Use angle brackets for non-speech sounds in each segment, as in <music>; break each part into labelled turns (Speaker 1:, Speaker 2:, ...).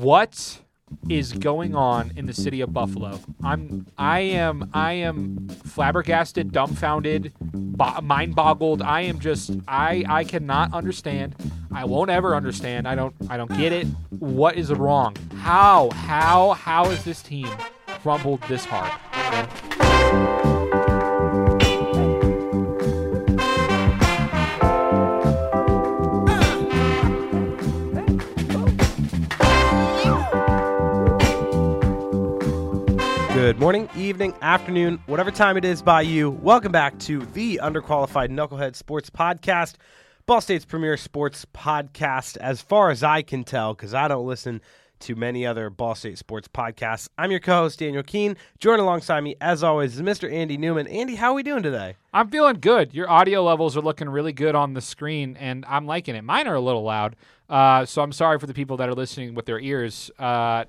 Speaker 1: what is going on in the city of Buffalo? I'm I am I am flabbergasted, dumbfounded, bo- mind-boggled. I am just I I cannot understand. I won't ever understand. I don't I don't get it. What is wrong? How how how is this team crumbled this hard?
Speaker 2: Good morning, evening, afternoon, whatever time it is by you. Welcome back to the Underqualified Knucklehead Sports Podcast, Ball State's premier sports podcast, as far as I can tell, because I don't listen to many other Ball State sports podcasts. I'm your co host, Daniel Keene. Joined alongside me, as always, is Mr. Andy Newman. Andy, how are we doing today?
Speaker 1: I'm feeling good. Your audio levels are looking really good on the screen, and I'm liking it. Mine are a little loud, uh, so I'm sorry for the people that are listening with their ears. Uh,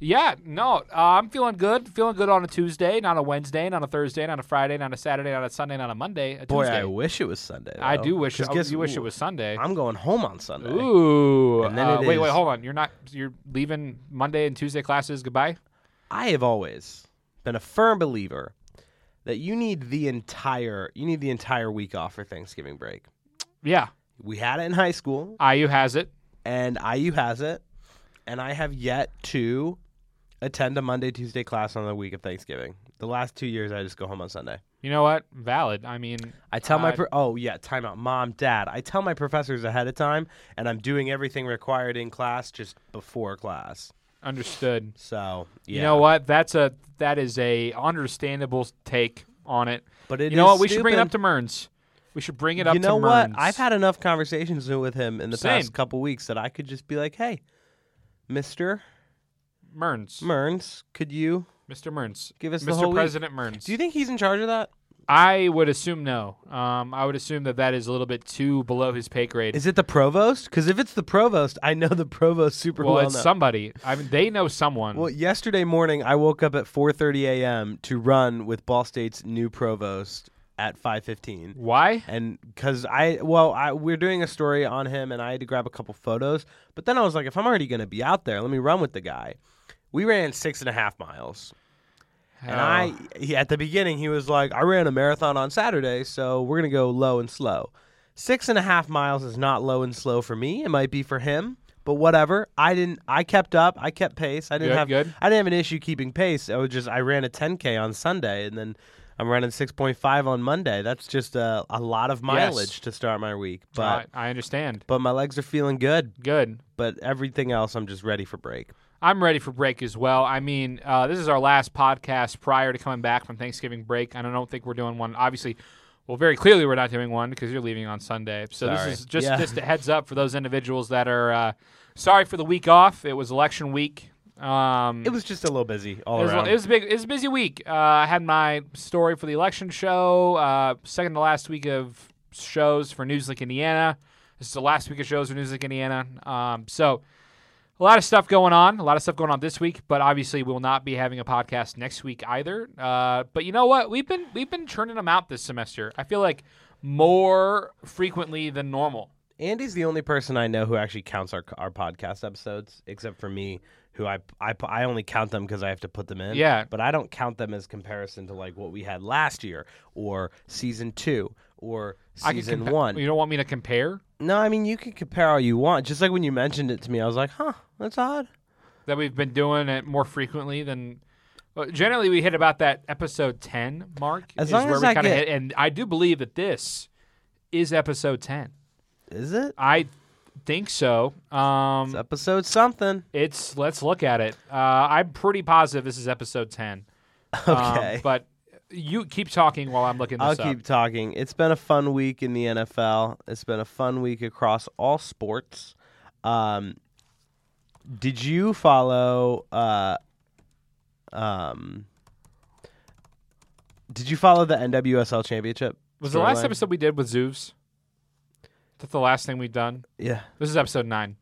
Speaker 1: yeah, no, uh, I'm feeling good. Feeling good on a Tuesday, not a Wednesday, not a Thursday, not a Friday, not a Saturday, not a Sunday, not a Monday. A
Speaker 2: Boy,
Speaker 1: Tuesday.
Speaker 2: I wish it was Sunday.
Speaker 1: I
Speaker 2: though,
Speaker 1: do wish.
Speaker 2: 'cause
Speaker 1: I
Speaker 2: guess-
Speaker 1: do wish it
Speaker 2: ooh,
Speaker 1: was Sunday.
Speaker 2: I'm going home on Sunday.
Speaker 1: Ooh.
Speaker 2: And then
Speaker 1: uh,
Speaker 2: it
Speaker 1: wait, wait,
Speaker 2: is-
Speaker 1: hold on. You're not. You're leaving Monday and Tuesday classes. Goodbye.
Speaker 2: I have always been a firm believer that you need the entire you need the entire week off for Thanksgiving break.
Speaker 1: Yeah,
Speaker 2: We had it in high school,
Speaker 1: IU has it.
Speaker 2: and IU has it, and I have yet to attend a Monday Tuesday class on the week of Thanksgiving. The last two years, I just go home on Sunday.
Speaker 1: You know what? Valid. I mean,
Speaker 2: I tell my
Speaker 1: I-
Speaker 2: pro- oh yeah timeout mom dad I tell my professors ahead of time and I'm doing everything required in class just before class
Speaker 1: understood.
Speaker 2: so yeah
Speaker 1: You know what? That's a that is a understandable take on it.
Speaker 2: but it
Speaker 1: you know
Speaker 2: is
Speaker 1: what? We should bring it
Speaker 2: stupid.
Speaker 1: up to Mearns. We should bring it up
Speaker 2: you know
Speaker 1: to
Speaker 2: what?
Speaker 1: Mearns.
Speaker 2: I've had enough conversations with him in the
Speaker 1: Same.
Speaker 2: past couple weeks that I could just be like, "Hey, Mister
Speaker 1: Mearns.
Speaker 2: Mearns, could you
Speaker 1: Mr. Mearns.
Speaker 2: give us the
Speaker 1: Mr.
Speaker 2: whole week?"
Speaker 1: President Mearns.
Speaker 2: Do you think he's in charge of that?
Speaker 1: I would assume no. Um, I would assume that that is a little bit too below his pay grade.
Speaker 2: Is it the provost? Because if it's the provost, I know the provost super
Speaker 1: well,
Speaker 2: well.
Speaker 1: it's
Speaker 2: now.
Speaker 1: somebody. I mean, they know someone.
Speaker 2: well, yesterday morning I woke up at 4:30 a.m. to run with Ball State's new provost at 5:15.
Speaker 1: Why?
Speaker 2: and because I well I we're doing a story on him and I had to grab a couple photos, but then I was like, if I'm already gonna be out there, let me run with the guy. We ran six and a half miles, and
Speaker 1: Oh.
Speaker 2: I he, at the beginning he was like, I ran a marathon on Saturday, so we're gonna go low and slow. Six and a half miles is not low and slow for me. It might be for him, but whatever. I didn't. I kept up. I kept pace. I didn't
Speaker 1: Good,
Speaker 2: have.
Speaker 1: good.
Speaker 2: I didn't have an issue keeping pace. I was just I ran a 10k on Sunday, and then I'm running 6.5 on Monday. That's just a, a lot of mileage to start my week. But
Speaker 1: I, I understand.
Speaker 2: but my legs are feeling good.
Speaker 1: Good.
Speaker 2: But everything else, I'm just ready for break.
Speaker 1: I'm ready for break as well. I mean, uh, this is our last podcast prior to coming back from Thanksgiving break, and I don't think we're doing one. Obviously, well, very clearly we're not doing one because you're leaving on Sunday. So
Speaker 2: Sorry.
Speaker 1: this is just
Speaker 2: Yeah.
Speaker 1: just a heads up for those individuals that are uh, sorry for the week off. It was election week. Um,
Speaker 2: It was just a little busy all
Speaker 1: it was,
Speaker 2: around.
Speaker 1: it was a big. It was a busy week. Uh, I had my story for the election show. Uh, second to last week of shows for Newslink, Indiana. This is the last week of shows for Newslink, Indiana. Um, so a lot of stuff going on. A lot of stuff going on this week. But obviously, we will not be having a podcast next week either. Uh, but you know what? We've been we've been churning them out this semester. I feel like more frequently than normal.
Speaker 2: Andy's the only person I know who actually counts our our podcast episodes, except for me, who I I, I only count them because I have to put them in.
Speaker 1: Yeah.
Speaker 2: But I don't count them as comparison to like what we had last year or season two or
Speaker 1: I could
Speaker 2: season
Speaker 1: compa-
Speaker 2: one.
Speaker 1: You don't want me to compare
Speaker 2: No, I mean you can compare all you want. Just like when you mentioned it to me, I was like, huh, that's odd.
Speaker 1: that we've been doing it more frequently than. Well, generally, we hit about that episode ten mark.
Speaker 2: As
Speaker 1: is
Speaker 2: long
Speaker 1: where
Speaker 2: as
Speaker 1: we
Speaker 2: I
Speaker 1: kinda
Speaker 2: get-
Speaker 1: hit, and I do believe that this is episode ten.
Speaker 2: Is it?
Speaker 1: I think so.
Speaker 2: It's
Speaker 1: Um,
Speaker 2: episode something.
Speaker 1: it's let's look at it. Uh, I'm pretty positive this is episode
Speaker 2: <laughs>
Speaker 1: ten. Um,
Speaker 2: Okay.
Speaker 1: but you keep talking while I'm looking
Speaker 2: I'll
Speaker 1: this
Speaker 2: keep talking. It's been a fun week in the NFL. It's been a fun week across all sports. Um, did you follow? Uh, um, did you follow the NWSL championship?
Speaker 1: up. Was the last
Speaker 2: storyline?
Speaker 1: episode we did with Zoovs? That's the last thing we've done.
Speaker 2: Yeah.
Speaker 1: This is episode nine.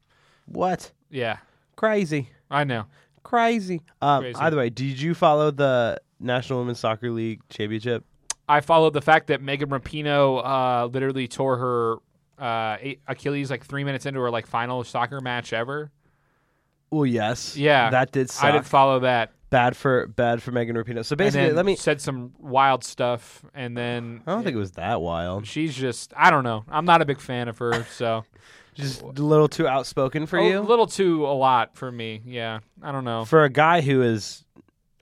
Speaker 2: What?
Speaker 1: Yeah,
Speaker 2: Crazy.
Speaker 1: I know.
Speaker 2: Crazy. Um,
Speaker 1: Crazy.
Speaker 2: Either way, did you follow the National Women's Soccer League championship?
Speaker 1: I followed the fact that Megan Rapinoe uh, literally tore her uh, a- Achilles like three minutes into her like final soccer match ever.
Speaker 2: Well, yes.
Speaker 1: Yeah,
Speaker 2: That did suck.
Speaker 1: I didn't follow that.
Speaker 2: bad for bad for Megan Rapinoe. So
Speaker 1: And
Speaker 2: basically,
Speaker 1: then
Speaker 2: let me.
Speaker 1: said some wild stuff, and then
Speaker 2: I don't think it was that wild.
Speaker 1: she's just I don't know. I'm not a big fan of
Speaker 2: <laughs>
Speaker 1: her, so
Speaker 2: Just a little too outspoken for
Speaker 1: a
Speaker 2: you.
Speaker 1: little too a lot for me. Yeah, I don't know.
Speaker 2: For a guy who is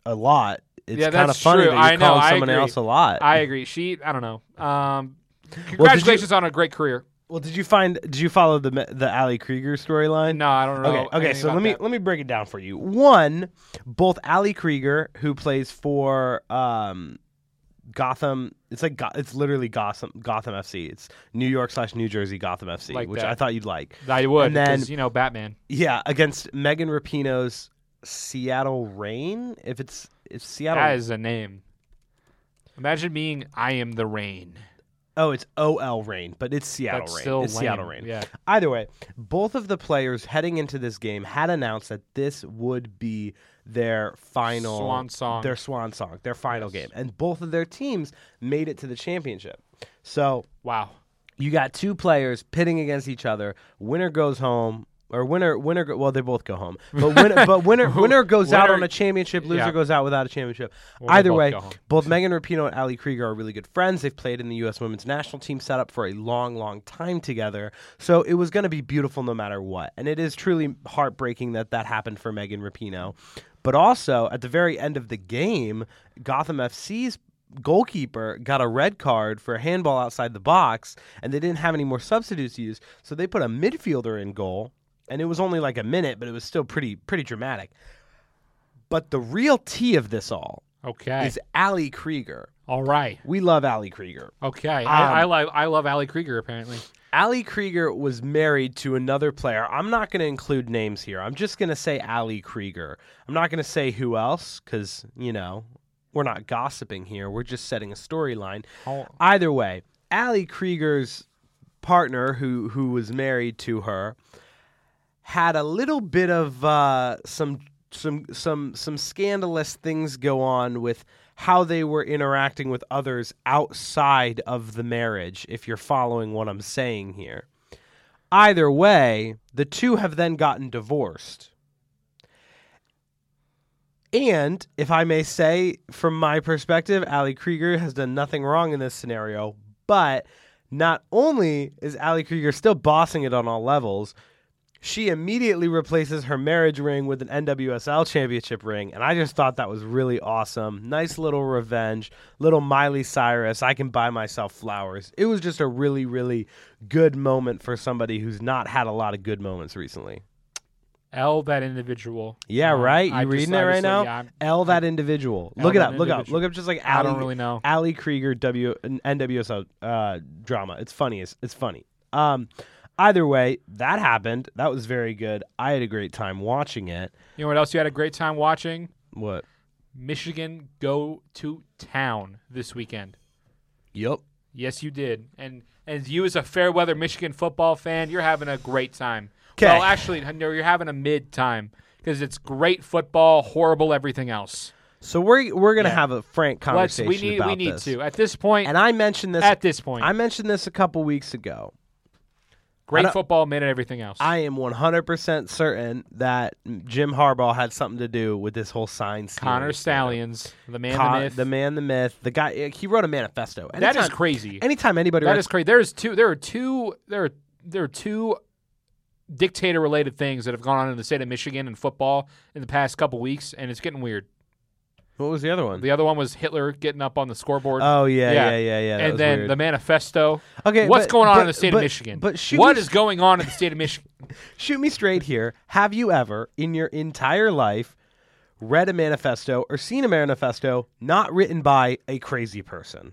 Speaker 2: a lot, it's
Speaker 1: Yeah,
Speaker 2: kind of
Speaker 1: that's
Speaker 2: funny
Speaker 1: true.
Speaker 2: that
Speaker 1: I
Speaker 2: you
Speaker 1: know,
Speaker 2: call
Speaker 1: I
Speaker 2: someone
Speaker 1: agree.
Speaker 2: else a lot.
Speaker 1: I agree. She I don't know. Um, congratulations on a great career.
Speaker 2: well, did you find? Did you follow the Me- the Ali Krieger storyline?
Speaker 1: No, I don't know.
Speaker 2: Okay, okay.
Speaker 1: anything
Speaker 2: So let
Speaker 1: about
Speaker 2: me
Speaker 1: that.
Speaker 2: let me break it down for you. One, both Ali Krieger, who plays for um, Gotham, it's like Go- it's literally Gotham Gotham FC. It's New York slash New Jersey Gotham FC,
Speaker 1: Like
Speaker 2: which
Speaker 1: that.
Speaker 2: I thought you'd like.
Speaker 1: I would
Speaker 2: and then-
Speaker 1: because you know Batman.
Speaker 2: Yeah, against Megan Rapinoe's Seattle Rain. If it's it's Seattle,
Speaker 1: That is a name. Imagine being I am the rain.
Speaker 2: oh, it's OL Rain, but it's Seattle
Speaker 1: That's
Speaker 2: Rain.
Speaker 1: still
Speaker 2: it's
Speaker 1: lame.
Speaker 2: Seattle Rain.
Speaker 1: Yeah.
Speaker 2: Either way, both of the players heading into this game had announced that this would be their final
Speaker 1: Swan song.
Speaker 2: their swan song, their final game, and both of their teams made it to the championship. So
Speaker 1: Wow.
Speaker 2: you got two players pitting against each other. Winner goes home, or winner winner. go- Well, they both go home, but winner but
Speaker 1: <laughs>
Speaker 2: winner winner goes out
Speaker 1: Winner-
Speaker 2: on a championship. Loser
Speaker 1: yeah.
Speaker 2: goes out without a championship.
Speaker 1: they
Speaker 2: Either
Speaker 1: both
Speaker 2: way,
Speaker 1: go home.
Speaker 2: both Megan Rapinoe and Ali Krieger are really good friends. They've played in the U.S. Women's National Team setup for a long, long time together. So it was going to be beautiful no matter what. And it is truly heartbreaking that that happened for Megan Rapinoe. But also at the very end of the game, Gotham FC's goalkeeper got a red card for a handball outside the box, and they didn't have any more substitutes used, so they put a midfielder in goal. And it was only like a minute, but it was still pretty pretty dramatic. But the real tea of this all
Speaker 1: Okay.
Speaker 2: is Ali Krieger.
Speaker 1: All right.
Speaker 2: We love Ali Krieger.
Speaker 1: Okay.
Speaker 2: Um,
Speaker 1: I, I love I love Ali Krieger apparently.
Speaker 2: Ali Krieger was married to another player. I'm not going to include names here. I'm just going to say Ali Krieger. I'm not going to say who else because, you know, we're not gossiping here. We're just setting a storyline.
Speaker 1: Oh.
Speaker 2: Either way, Ali Krieger's partner, who, who was married to her, had a little bit of uh, some some some some scandalous things go on with how they were interacting with others outside of the marriage. If you're following what I'm saying here, either way, the two have then gotten divorced. And if I may say, from my perspective, Ali Krieger has done nothing wrong in this scenario. But not only is Ali Krieger still bossing it on all levels, she immediately replaces her marriage ring with an NWSL championship ring. And I just thought that was really awesome. Nice little revenge, little Miley Cyrus. I can buy myself flowers. It was just a really, really good moment for somebody who's not had a lot of good moments recently.
Speaker 1: L that individual.
Speaker 2: Yeah,
Speaker 1: Um,
Speaker 2: right? You
Speaker 1: I just-
Speaker 2: reading it
Speaker 1: I just
Speaker 2: right
Speaker 1: said,
Speaker 2: now?
Speaker 1: yeah, I'm-
Speaker 2: L that individual.
Speaker 1: L
Speaker 2: look it
Speaker 1: that
Speaker 2: up. Look up.
Speaker 1: individual.
Speaker 2: Look up just like
Speaker 1: I
Speaker 2: Ali,
Speaker 1: don't really know.
Speaker 2: Ali Krieger W NWSL uh, drama. It's funny. It's, it's funny. Um, either way, that happened. That was very good. I had a great time watching it.
Speaker 1: You know what else you had a great time watching?
Speaker 2: What?
Speaker 1: Michigan go to town this weekend.
Speaker 2: Yep.
Speaker 1: Yes, you did. And and you as a fair weather Michigan football fan, you're having a great time.
Speaker 2: 'Kay.
Speaker 1: Well, actually, no, you're having a mid time because it's great football, horrible everything else.
Speaker 2: So we're we're gonna
Speaker 1: Yeah.
Speaker 2: have a frank
Speaker 1: Let's
Speaker 2: conversation
Speaker 1: we need
Speaker 2: about
Speaker 1: we need
Speaker 2: this.
Speaker 1: to at this point.
Speaker 2: And I mentioned this.
Speaker 1: at this point,
Speaker 2: I mentioned this a couple weeks ago. I
Speaker 1: great
Speaker 2: don't-
Speaker 1: football, mid and everything else.
Speaker 2: I am 100% certain that Jim Harbaugh had something to do with this whole sign.
Speaker 1: Connor
Speaker 2: stealing.
Speaker 1: Stallions, the man,
Speaker 2: Con-
Speaker 1: the myth.
Speaker 2: the man, the myth, the guy. He wrote a manifesto.
Speaker 1: that is
Speaker 2: Anytime-
Speaker 1: crazy.
Speaker 2: Anytime anybody
Speaker 1: That
Speaker 2: writes,
Speaker 1: is crazy. There is two. There are two. There are there are two dictator-related things that have gone on in the state of Michigan and football in the past couple weeks, and it's getting weird.
Speaker 2: what was the other one?
Speaker 1: The other one was Hitler getting up on the scoreboard.
Speaker 2: oh yeah, yeah,
Speaker 1: Yeah.
Speaker 2: yeah, yeah. that
Speaker 1: and
Speaker 2: was
Speaker 1: then
Speaker 2: weird.
Speaker 1: the manifesto.
Speaker 2: okay,
Speaker 1: What's
Speaker 2: but-
Speaker 1: going on
Speaker 2: but-
Speaker 1: in the state
Speaker 2: but-
Speaker 1: of Michigan?
Speaker 2: But shoot
Speaker 1: what
Speaker 2: me,
Speaker 1: is going on in the state of Michigan?
Speaker 2: shoot me straight here. Have you ever, in your entire life, read a manifesto or seen a manifesto not written by a crazy person?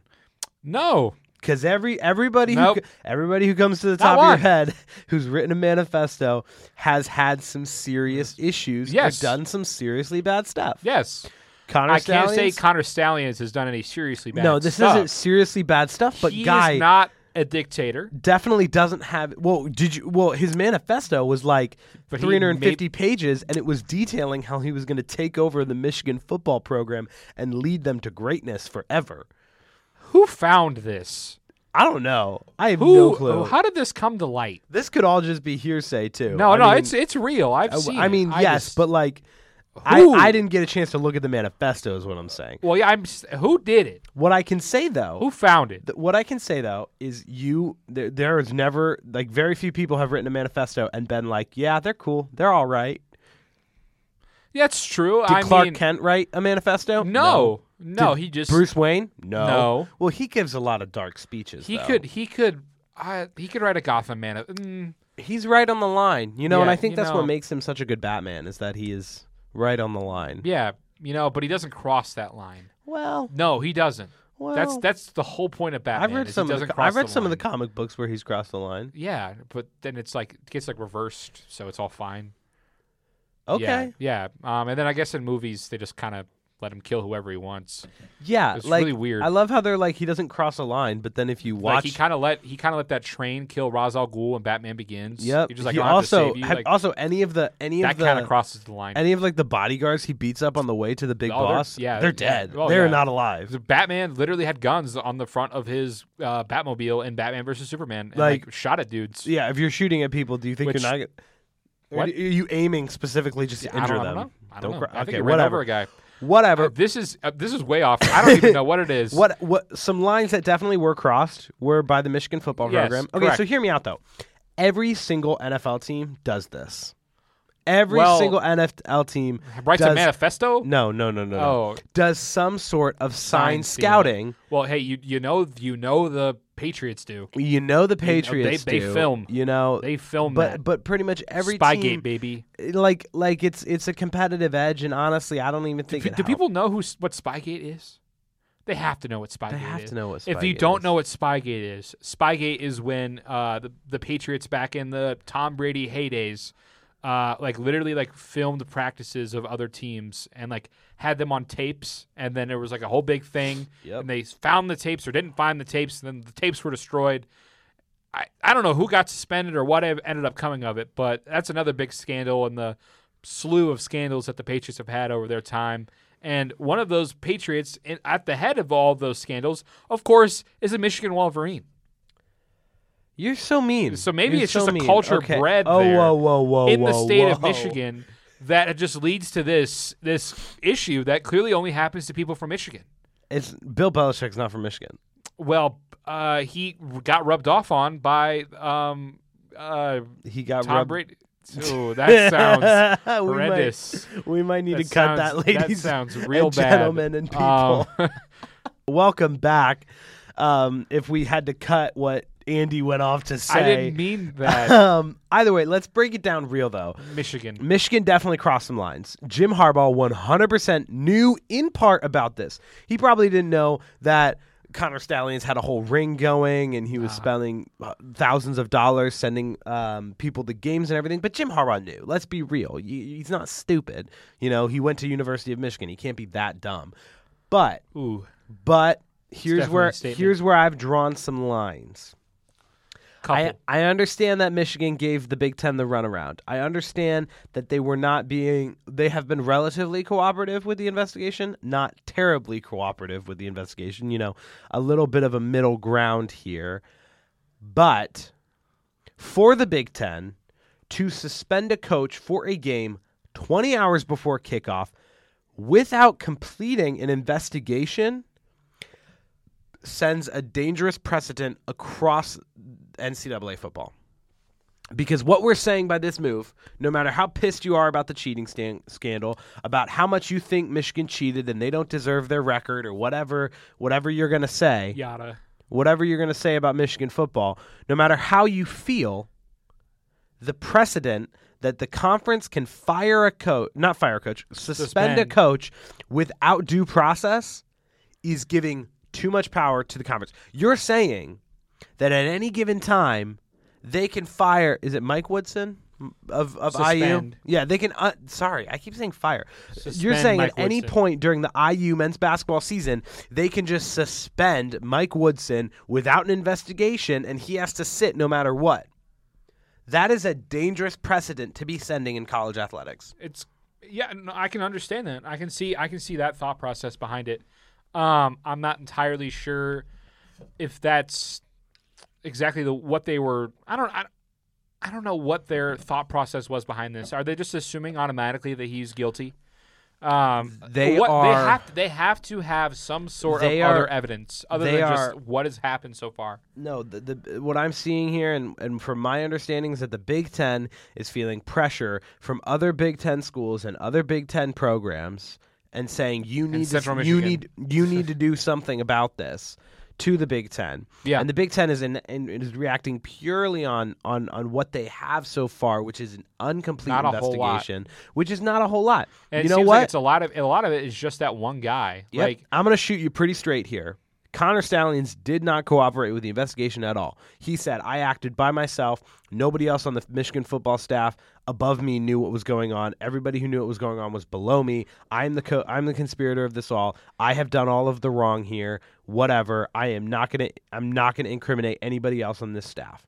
Speaker 1: No,
Speaker 2: Because every everybody
Speaker 1: Nope.
Speaker 2: who co- everybody who comes to the
Speaker 1: Not
Speaker 2: top of your
Speaker 1: one.
Speaker 2: head <laughs> who's written a manifesto has had some serious issues
Speaker 1: Mm. Yes.
Speaker 2: or done some seriously bad stuff.
Speaker 1: yes,
Speaker 2: Connor
Speaker 1: I can't say
Speaker 2: Stallions?
Speaker 1: Connor Stallions has done any seriously bad.
Speaker 2: no, this
Speaker 1: stuff.
Speaker 2: isn't seriously bad stuff. But
Speaker 1: he
Speaker 2: guy,
Speaker 1: is not a dictator.
Speaker 2: definitely doesn't have well did you well his manifesto was like
Speaker 1: But he
Speaker 2: 350 pages and it was detailing how he was going to take over the Michigan football program and lead them to greatness forever
Speaker 1: Who found this?
Speaker 2: I don't know. I have
Speaker 1: Who?
Speaker 2: no clue.
Speaker 1: How did this come to light?
Speaker 2: this could all just be hearsay too.
Speaker 1: No,
Speaker 2: I
Speaker 1: no,
Speaker 2: mean, oh,
Speaker 1: it's it's real. I've
Speaker 2: I-
Speaker 1: seen.
Speaker 2: I mean,
Speaker 1: it.
Speaker 2: yes,
Speaker 1: just-
Speaker 2: but like, I,
Speaker 1: Who?
Speaker 2: I didn't get a chance to look at the manifesto. Is what I'm saying.
Speaker 1: well, yeah. I'm. s- Who did it?
Speaker 2: What I can say though,
Speaker 1: Who found it?
Speaker 2: th- what I can say though is you there, there is never like very few people have written a manifesto and been like, yeah, they're cool, they're all right.
Speaker 1: Yeah, it's true.
Speaker 2: Did
Speaker 1: I
Speaker 2: Clark
Speaker 1: mean,
Speaker 2: Kent write a manifesto?
Speaker 1: no, no. he just
Speaker 2: Bruce Wayne? No.
Speaker 1: No.
Speaker 2: Well, he gives a lot of dark speeches.
Speaker 1: he
Speaker 2: though.
Speaker 1: could he could uh, he could write a Gotham man. Mm,
Speaker 2: He's right on the line, you know, and
Speaker 1: Yeah,
Speaker 2: I think
Speaker 1: you
Speaker 2: that's what
Speaker 1: know.
Speaker 2: makes him such a good Batman is that he is right on the line.
Speaker 1: yeah, you know, but he doesn't cross that line.
Speaker 2: Well,
Speaker 1: No, he doesn't.
Speaker 2: well,
Speaker 1: that's that's the whole point of Batman.
Speaker 2: I've read
Speaker 1: is
Speaker 2: some.
Speaker 1: He
Speaker 2: Of the,
Speaker 1: doesn't
Speaker 2: co-
Speaker 1: cross
Speaker 2: I've read some of the
Speaker 1: line.
Speaker 2: comic books where he's crossed the line.
Speaker 1: Yeah, but then it's like it gets like reversed, so it's all fine.
Speaker 2: Okay. Yeah,
Speaker 1: Yeah, yeah. Um, and then I guess in movies they just kind of let him kill whoever he wants. It's
Speaker 2: like
Speaker 1: really weird.
Speaker 2: I love how they're like he doesn't cross a line, but then if you watch,
Speaker 1: Like he kind of let he kind of let that train kill Ra's al Ghul and Batman Begins.
Speaker 2: yep,
Speaker 1: You're just like
Speaker 2: he
Speaker 1: "I don't have to
Speaker 2: also
Speaker 1: save you,"
Speaker 2: have-
Speaker 1: like,
Speaker 2: also any of the any
Speaker 1: that
Speaker 2: of the
Speaker 1: kind of crosses the line.
Speaker 2: any of like the bodyguards he beats up on the way to the big
Speaker 1: Oh, they're-
Speaker 2: boss.
Speaker 1: yeah,
Speaker 2: they're
Speaker 1: yeah.
Speaker 2: dead.
Speaker 1: Oh,
Speaker 2: they're
Speaker 1: yeah.
Speaker 2: not alive.
Speaker 1: The Batman literally had guns on the front of his uh, Batmobile in Batman versus Superman, and
Speaker 2: Like-
Speaker 1: like, shot at dudes.
Speaker 2: Yeah, if you're shooting at people, do you think
Speaker 1: Which-
Speaker 2: you're not? gonna- or
Speaker 1: What?
Speaker 2: Are you aiming specifically just to
Speaker 1: I
Speaker 2: injure
Speaker 1: don't, I
Speaker 2: them?
Speaker 1: don't know. I don't, know.
Speaker 2: cry-
Speaker 1: I think
Speaker 2: okay,
Speaker 1: he ran
Speaker 2: whatever.
Speaker 1: over a guy.
Speaker 2: Whatever.
Speaker 1: Uh, this is uh, this is way off. I don't even know what it is.
Speaker 2: <laughs> what what? Some lines that definitely were crossed were by the Michigan football
Speaker 1: Yes,
Speaker 2: program. Okay, so
Speaker 1: correct.
Speaker 2: hear me out though. Every single NFL team does this. Every
Speaker 1: Well-
Speaker 2: single NFL team
Speaker 1: writes
Speaker 2: does,
Speaker 1: a manifesto?
Speaker 2: <laughs> No, no, no, no, no.
Speaker 1: Oh,
Speaker 2: Does some sort of sign
Speaker 1: Sign stealing.
Speaker 2: scouting.
Speaker 1: well, hey, you you know you know the Patriots do.
Speaker 2: You know the
Speaker 1: they-
Speaker 2: Patriots.
Speaker 1: they
Speaker 2: do,
Speaker 1: film.
Speaker 2: You know,
Speaker 1: They film
Speaker 2: but
Speaker 1: that.
Speaker 2: but pretty much every
Speaker 1: Spygate,
Speaker 2: team,
Speaker 1: baby.
Speaker 2: like like it's it's a competitive edge, and honestly, I don't even think
Speaker 1: P-
Speaker 2: it
Speaker 1: do
Speaker 2: helps.
Speaker 1: people know who s- what Spygate is? They have to know what Spygate
Speaker 2: They have
Speaker 1: is.
Speaker 2: to know what.
Speaker 1: if you
Speaker 2: Spygate
Speaker 1: don't
Speaker 2: is.
Speaker 1: know what Spygate is, Spygate is when uh, the the Patriots back in the Tom Brady heydays, uh, like literally like filmed practices of other teams and like had them on tapes, and then there was like a whole big thing,
Speaker 2: Yep.
Speaker 1: and they found the tapes or didn't find the tapes, and then the tapes were destroyed. I, I don't know who got suspended or what ev- ended up coming of it, but that's another big scandal in the slew of scandals that the Patriots have had over their time. And one of those Patriots in, at the head of all those scandals, of course, is a Michigan Wolverine.
Speaker 2: You're so mean.
Speaker 1: So maybe
Speaker 2: You're
Speaker 1: it's
Speaker 2: so
Speaker 1: just a
Speaker 2: mean.
Speaker 1: culture
Speaker 2: okay.
Speaker 1: bred
Speaker 2: Oh,
Speaker 1: there
Speaker 2: whoa, whoa, whoa,
Speaker 1: in the
Speaker 2: whoa,
Speaker 1: state of
Speaker 2: whoa.
Speaker 1: Michigan that just leads to this this issue that clearly only happens to people from Michigan.
Speaker 2: It's Bill Belichick's not from Michigan.
Speaker 1: Well, uh, he got rubbed off on by um, uh,
Speaker 2: He got
Speaker 1: Tom
Speaker 2: <laughs> rubbed.
Speaker 1: Brady. Oh, that sounds
Speaker 2: We might-
Speaker 1: horrendous.
Speaker 2: We might, need
Speaker 1: That
Speaker 2: to cut
Speaker 1: sounds-
Speaker 2: that,
Speaker 1: that
Speaker 2: ladies
Speaker 1: sounds real
Speaker 2: and
Speaker 1: bad.
Speaker 2: gentlemen and people.
Speaker 1: Um,
Speaker 2: Welcome back. Um, if we had to cut what Andy went off to say,
Speaker 1: <laughs> I didn't mean that.
Speaker 2: um, either way, let's break it down real though.
Speaker 1: Michigan.
Speaker 2: Michigan definitely crossed some lines. Jim Harbaugh 100% knew in part about this. He probably didn't know that Connor Stallions had a whole ring going and
Speaker 1: Ah.
Speaker 2: he was spending uh, thousands of dollars sending um, people to games and everything. But Jim Harbaugh knew. Let's be real. Y- He's not stupid. You know, he went to University of Michigan. He can't be that dumb. But
Speaker 1: Ooh,
Speaker 2: but here's
Speaker 1: definitely
Speaker 2: where
Speaker 1: a statement.
Speaker 2: here's where I've drawn some lines.
Speaker 1: couple.
Speaker 2: <laughs> I, I understand that Michigan gave the Big Ten the runaround. I understand that they were not being, they have been relatively cooperative with the investigation, not terribly cooperative with the investigation. You know, a little bit of a middle ground here. But for the Big Ten to suspend a coach for a game 20 hours before kickoff without completing an investigation sends a dangerous precedent across NCAA football. Because what we're saying by this move, no matter how pissed you are about the cheating stan- scandal, about how much you think Michigan cheated and they don't deserve their record or whatever, whatever you're going to say,
Speaker 1: Yada.
Speaker 2: whatever you're going to say about Michigan football, no matter how you feel, the precedent that the conference can fire a coach, not fire a coach, suspend, a
Speaker 1: Suspend.
Speaker 2: coach without due process is giving too much power to the conference. You're saying that at any given time, they can fire, is it Mike Woodson? Of, of IU,
Speaker 1: Suspend.
Speaker 2: yeah, they can. Uh, sorry, I keep saying fire. You're
Speaker 1: Suspend
Speaker 2: saying
Speaker 1: Mike
Speaker 2: at any
Speaker 1: Woodson.
Speaker 2: point during the IU men's basketball season, they can just suspend Mike Woodson without an investigation and he has to sit no matter what. That is a dangerous precedent to be sending in college athletics.
Speaker 1: It's yeah. No, I can understand that. I can see. I can see that thought process behind it. Um, I'm not entirely sure if that's exactly the what they were. I don't. I, I don't know what their thought process was behind this. Are they just assuming automatically that he's guilty? Um,
Speaker 2: They
Speaker 1: what,
Speaker 2: are-
Speaker 1: They have, to, they have to have some sort of
Speaker 2: They are-
Speaker 1: other evidence other
Speaker 2: they
Speaker 1: than
Speaker 2: are-
Speaker 1: just what has happened so far.
Speaker 2: No, the, the what I'm seeing here, and, and from my understanding, is that the Big Ten is feeling pressure from other Big Ten schools and other Big Ten programs, and saying you need to,
Speaker 1: Central
Speaker 2: you need
Speaker 1: Michigan.
Speaker 2: you need to do something about this to the Big Ten.
Speaker 1: Yeah.
Speaker 2: and the Big Ten is in, in is reacting purely on on on what they have so far, which is an incomplete
Speaker 1: Not a whole lot.
Speaker 2: investigation, which is not a whole lot.
Speaker 1: And
Speaker 2: you
Speaker 1: it
Speaker 2: know
Speaker 1: seems
Speaker 2: what?
Speaker 1: Like it's a lot of a lot of it is just that one guy.
Speaker 2: Yep.
Speaker 1: Like
Speaker 2: I'm going to shoot you pretty straight here. Connor Stallions did not cooperate with the investigation at all. He said, I acted by myself. Nobody else on the Michigan football staff above me knew what was going on. Everybody who knew what was going on was below me. I'm the co- I'm the conspirator of this all. I have done all of the wrong here. Whatever. I am not going to I'm not going to incriminate anybody else on this staff.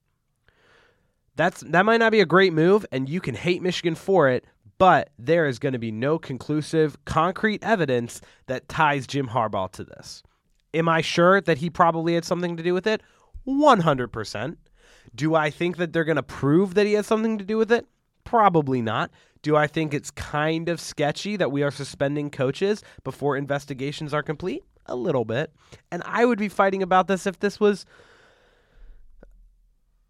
Speaker 2: That's that might not be a great move, and you can hate Michigan for it, but there is going to be no conclusive, concrete evidence that ties Jim Harbaugh to this. Am I sure that he probably had something to do with it? One hundred percent. Do I think that they're going to prove that he had something to do with it? Probably not. Do I think it's kind of sketchy that we are suspending coaches before investigations are complete? A little bit. And I would be fighting about this if this was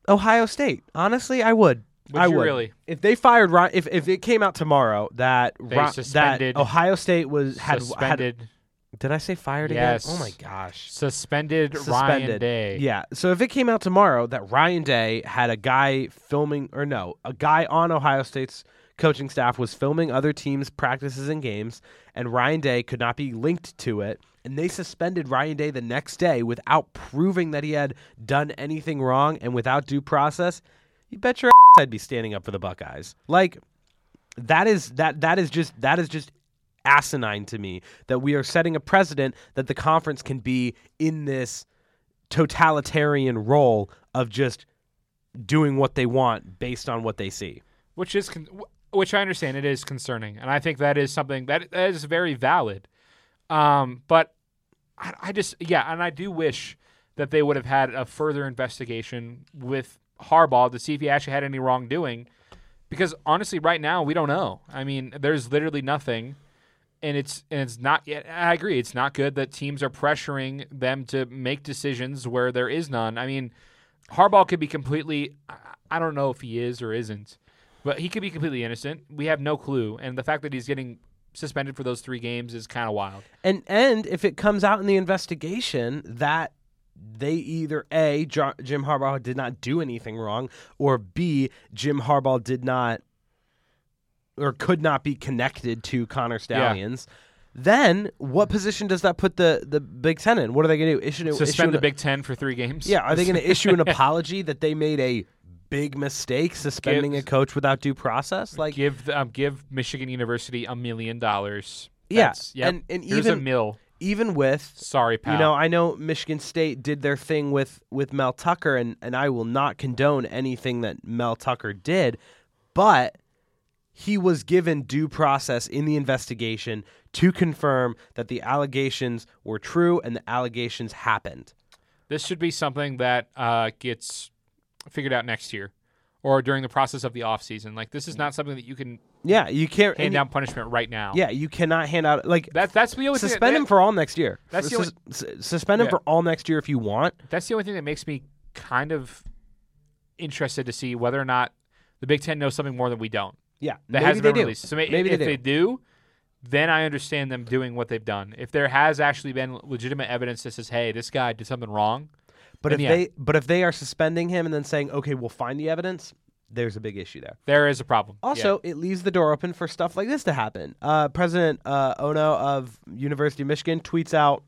Speaker 2: Ohio State. Honestly, I would.
Speaker 1: Would
Speaker 2: I
Speaker 1: you
Speaker 2: would.
Speaker 1: really?
Speaker 2: If they fired Ron, if if it came out tomorrow that
Speaker 1: They
Speaker 2: Ron- that
Speaker 1: suspended-
Speaker 2: Ohio State was had, had
Speaker 1: suspended
Speaker 2: did I say fired
Speaker 1: Yes.
Speaker 2: again? Oh my gosh.
Speaker 1: suspended, Ryan
Speaker 2: Suspended.
Speaker 1: Day.
Speaker 2: Yeah. So if it came out tomorrow that Ryan Day had a guy filming, or no, a guy on Ohio State's coaching staff was filming other teams' practices and games, and Ryan Day could not be linked to it, and they suspended Ryan Day the next day without proving that he had done anything wrong and without due process, you bet your ass I'd be standing up for the Buckeyes. Like, that is that that is just that is just asinine to me that we are setting a precedent that the conference can be in this totalitarian role of just doing what they want based on what they see.
Speaker 1: which is con- wh- which I understand it is concerning, and I think that is something that that is very valid. Um, but I, I just yeah, and I do wish that they would have had a further investigation with Harbaugh to see if he actually had any wrongdoing, because honestly, right now we don't know. I mean, there's literally nothing. And it's and it's not yet. I agree. It's not good that teams are pressuring them to make decisions where there is none. I mean, Harbaugh could be completely. I- I don't know if he is or isn't, but he could be completely innocent. We have no clue, and the fact that he's getting suspended for those three games is kind of wild.
Speaker 2: And and if it comes out in the investigation that they either a Jo- Jim Harbaugh did not do anything wrong or b Jim Harbaugh did not or could not be connected to Connor Stallions. Then what position does that put the, the Big Ten in? What are they going to do? Issue, issue
Speaker 1: Suspend the
Speaker 2: an-
Speaker 1: Big Ten for three games.
Speaker 2: <laughs> Yeah, are they going to issue an apology that they made a big mistake suspending a
Speaker 1: Gives-
Speaker 2: coach without due process? Like,
Speaker 1: give the- um, give Michigan University a million dollars.
Speaker 2: Yeah,
Speaker 1: That's- yep.
Speaker 2: and- and
Speaker 1: Here's a
Speaker 2: even-
Speaker 1: mill.
Speaker 2: even with
Speaker 1: Sorry, pal.
Speaker 2: you know, I know Michigan State did their thing with with Mel Tucker, and and I will not condone anything that Mel Tucker did, but he was given due process in the investigation to confirm that the allegations were true and the allegations happened.
Speaker 1: this should be something that uh, gets figured out next year or during the process of the off season. Like this is not something that you can
Speaker 2: Yeah, you
Speaker 1: hand
Speaker 2: can't Mm. and-
Speaker 1: down punishment right now.
Speaker 2: Yeah, you cannot hand out like
Speaker 1: That's that's the only thing.
Speaker 2: suspend
Speaker 1: that-
Speaker 2: him for all next year.
Speaker 1: That's the
Speaker 2: Sus- s- suspend him
Speaker 1: Yeah.
Speaker 2: for all next year if you want.
Speaker 1: that's the only thing that makes me kind of interested to see whether or not the Big Ten knows something more than we don't.
Speaker 2: Yeah,
Speaker 1: That
Speaker 2: maybe
Speaker 1: hasn't
Speaker 2: they
Speaker 1: been
Speaker 2: do.
Speaker 1: released. So may-
Speaker 2: Maybe
Speaker 1: if
Speaker 2: they do.
Speaker 1: they do, then I understand them doing what they've done. If there has actually been legitimate evidence that says, "Hey, this guy did something wrong,"
Speaker 2: But if
Speaker 1: And yeah.
Speaker 2: they but if they are suspending him and then saying, "Okay, we'll find the evidence," there's a big issue there.
Speaker 1: there is a problem. Yeah.
Speaker 2: Also, it leaves the door open for stuff like this to happen. Uh, President uh, Ono of University of Michigan tweets out,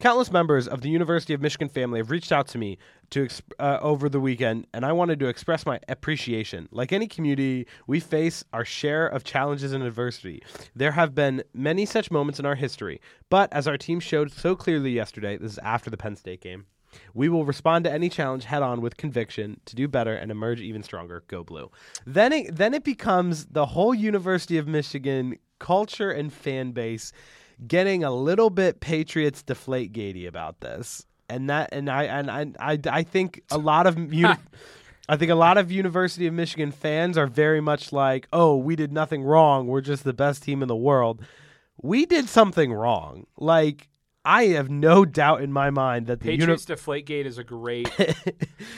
Speaker 2: "Countless members of the University of Michigan family have reached out to me to exp- uh, over the weekend, and I wanted to express my appreciation. Like any community, we face our share of challenges and adversity. There have been many such moments in our history, but as our team showed so clearly yesterday, this is after the Penn State game." We will respond to any challenge head on with conviction to do better and emerge even stronger. Go blue. Then it then it becomes the whole University of Michigan culture and fan base getting a little bit Patriots deflate gatey about this. and that and I and I I, I think a lot of uni- I think a lot of University of Michigan fans are very much like, "Oh, we did nothing wrong. We're just the best team in the world." We did something wrong. Like I have no doubt in my mind that the uni-
Speaker 1: Patriots Deflategate is a
Speaker 2: <laughs>
Speaker 1: great,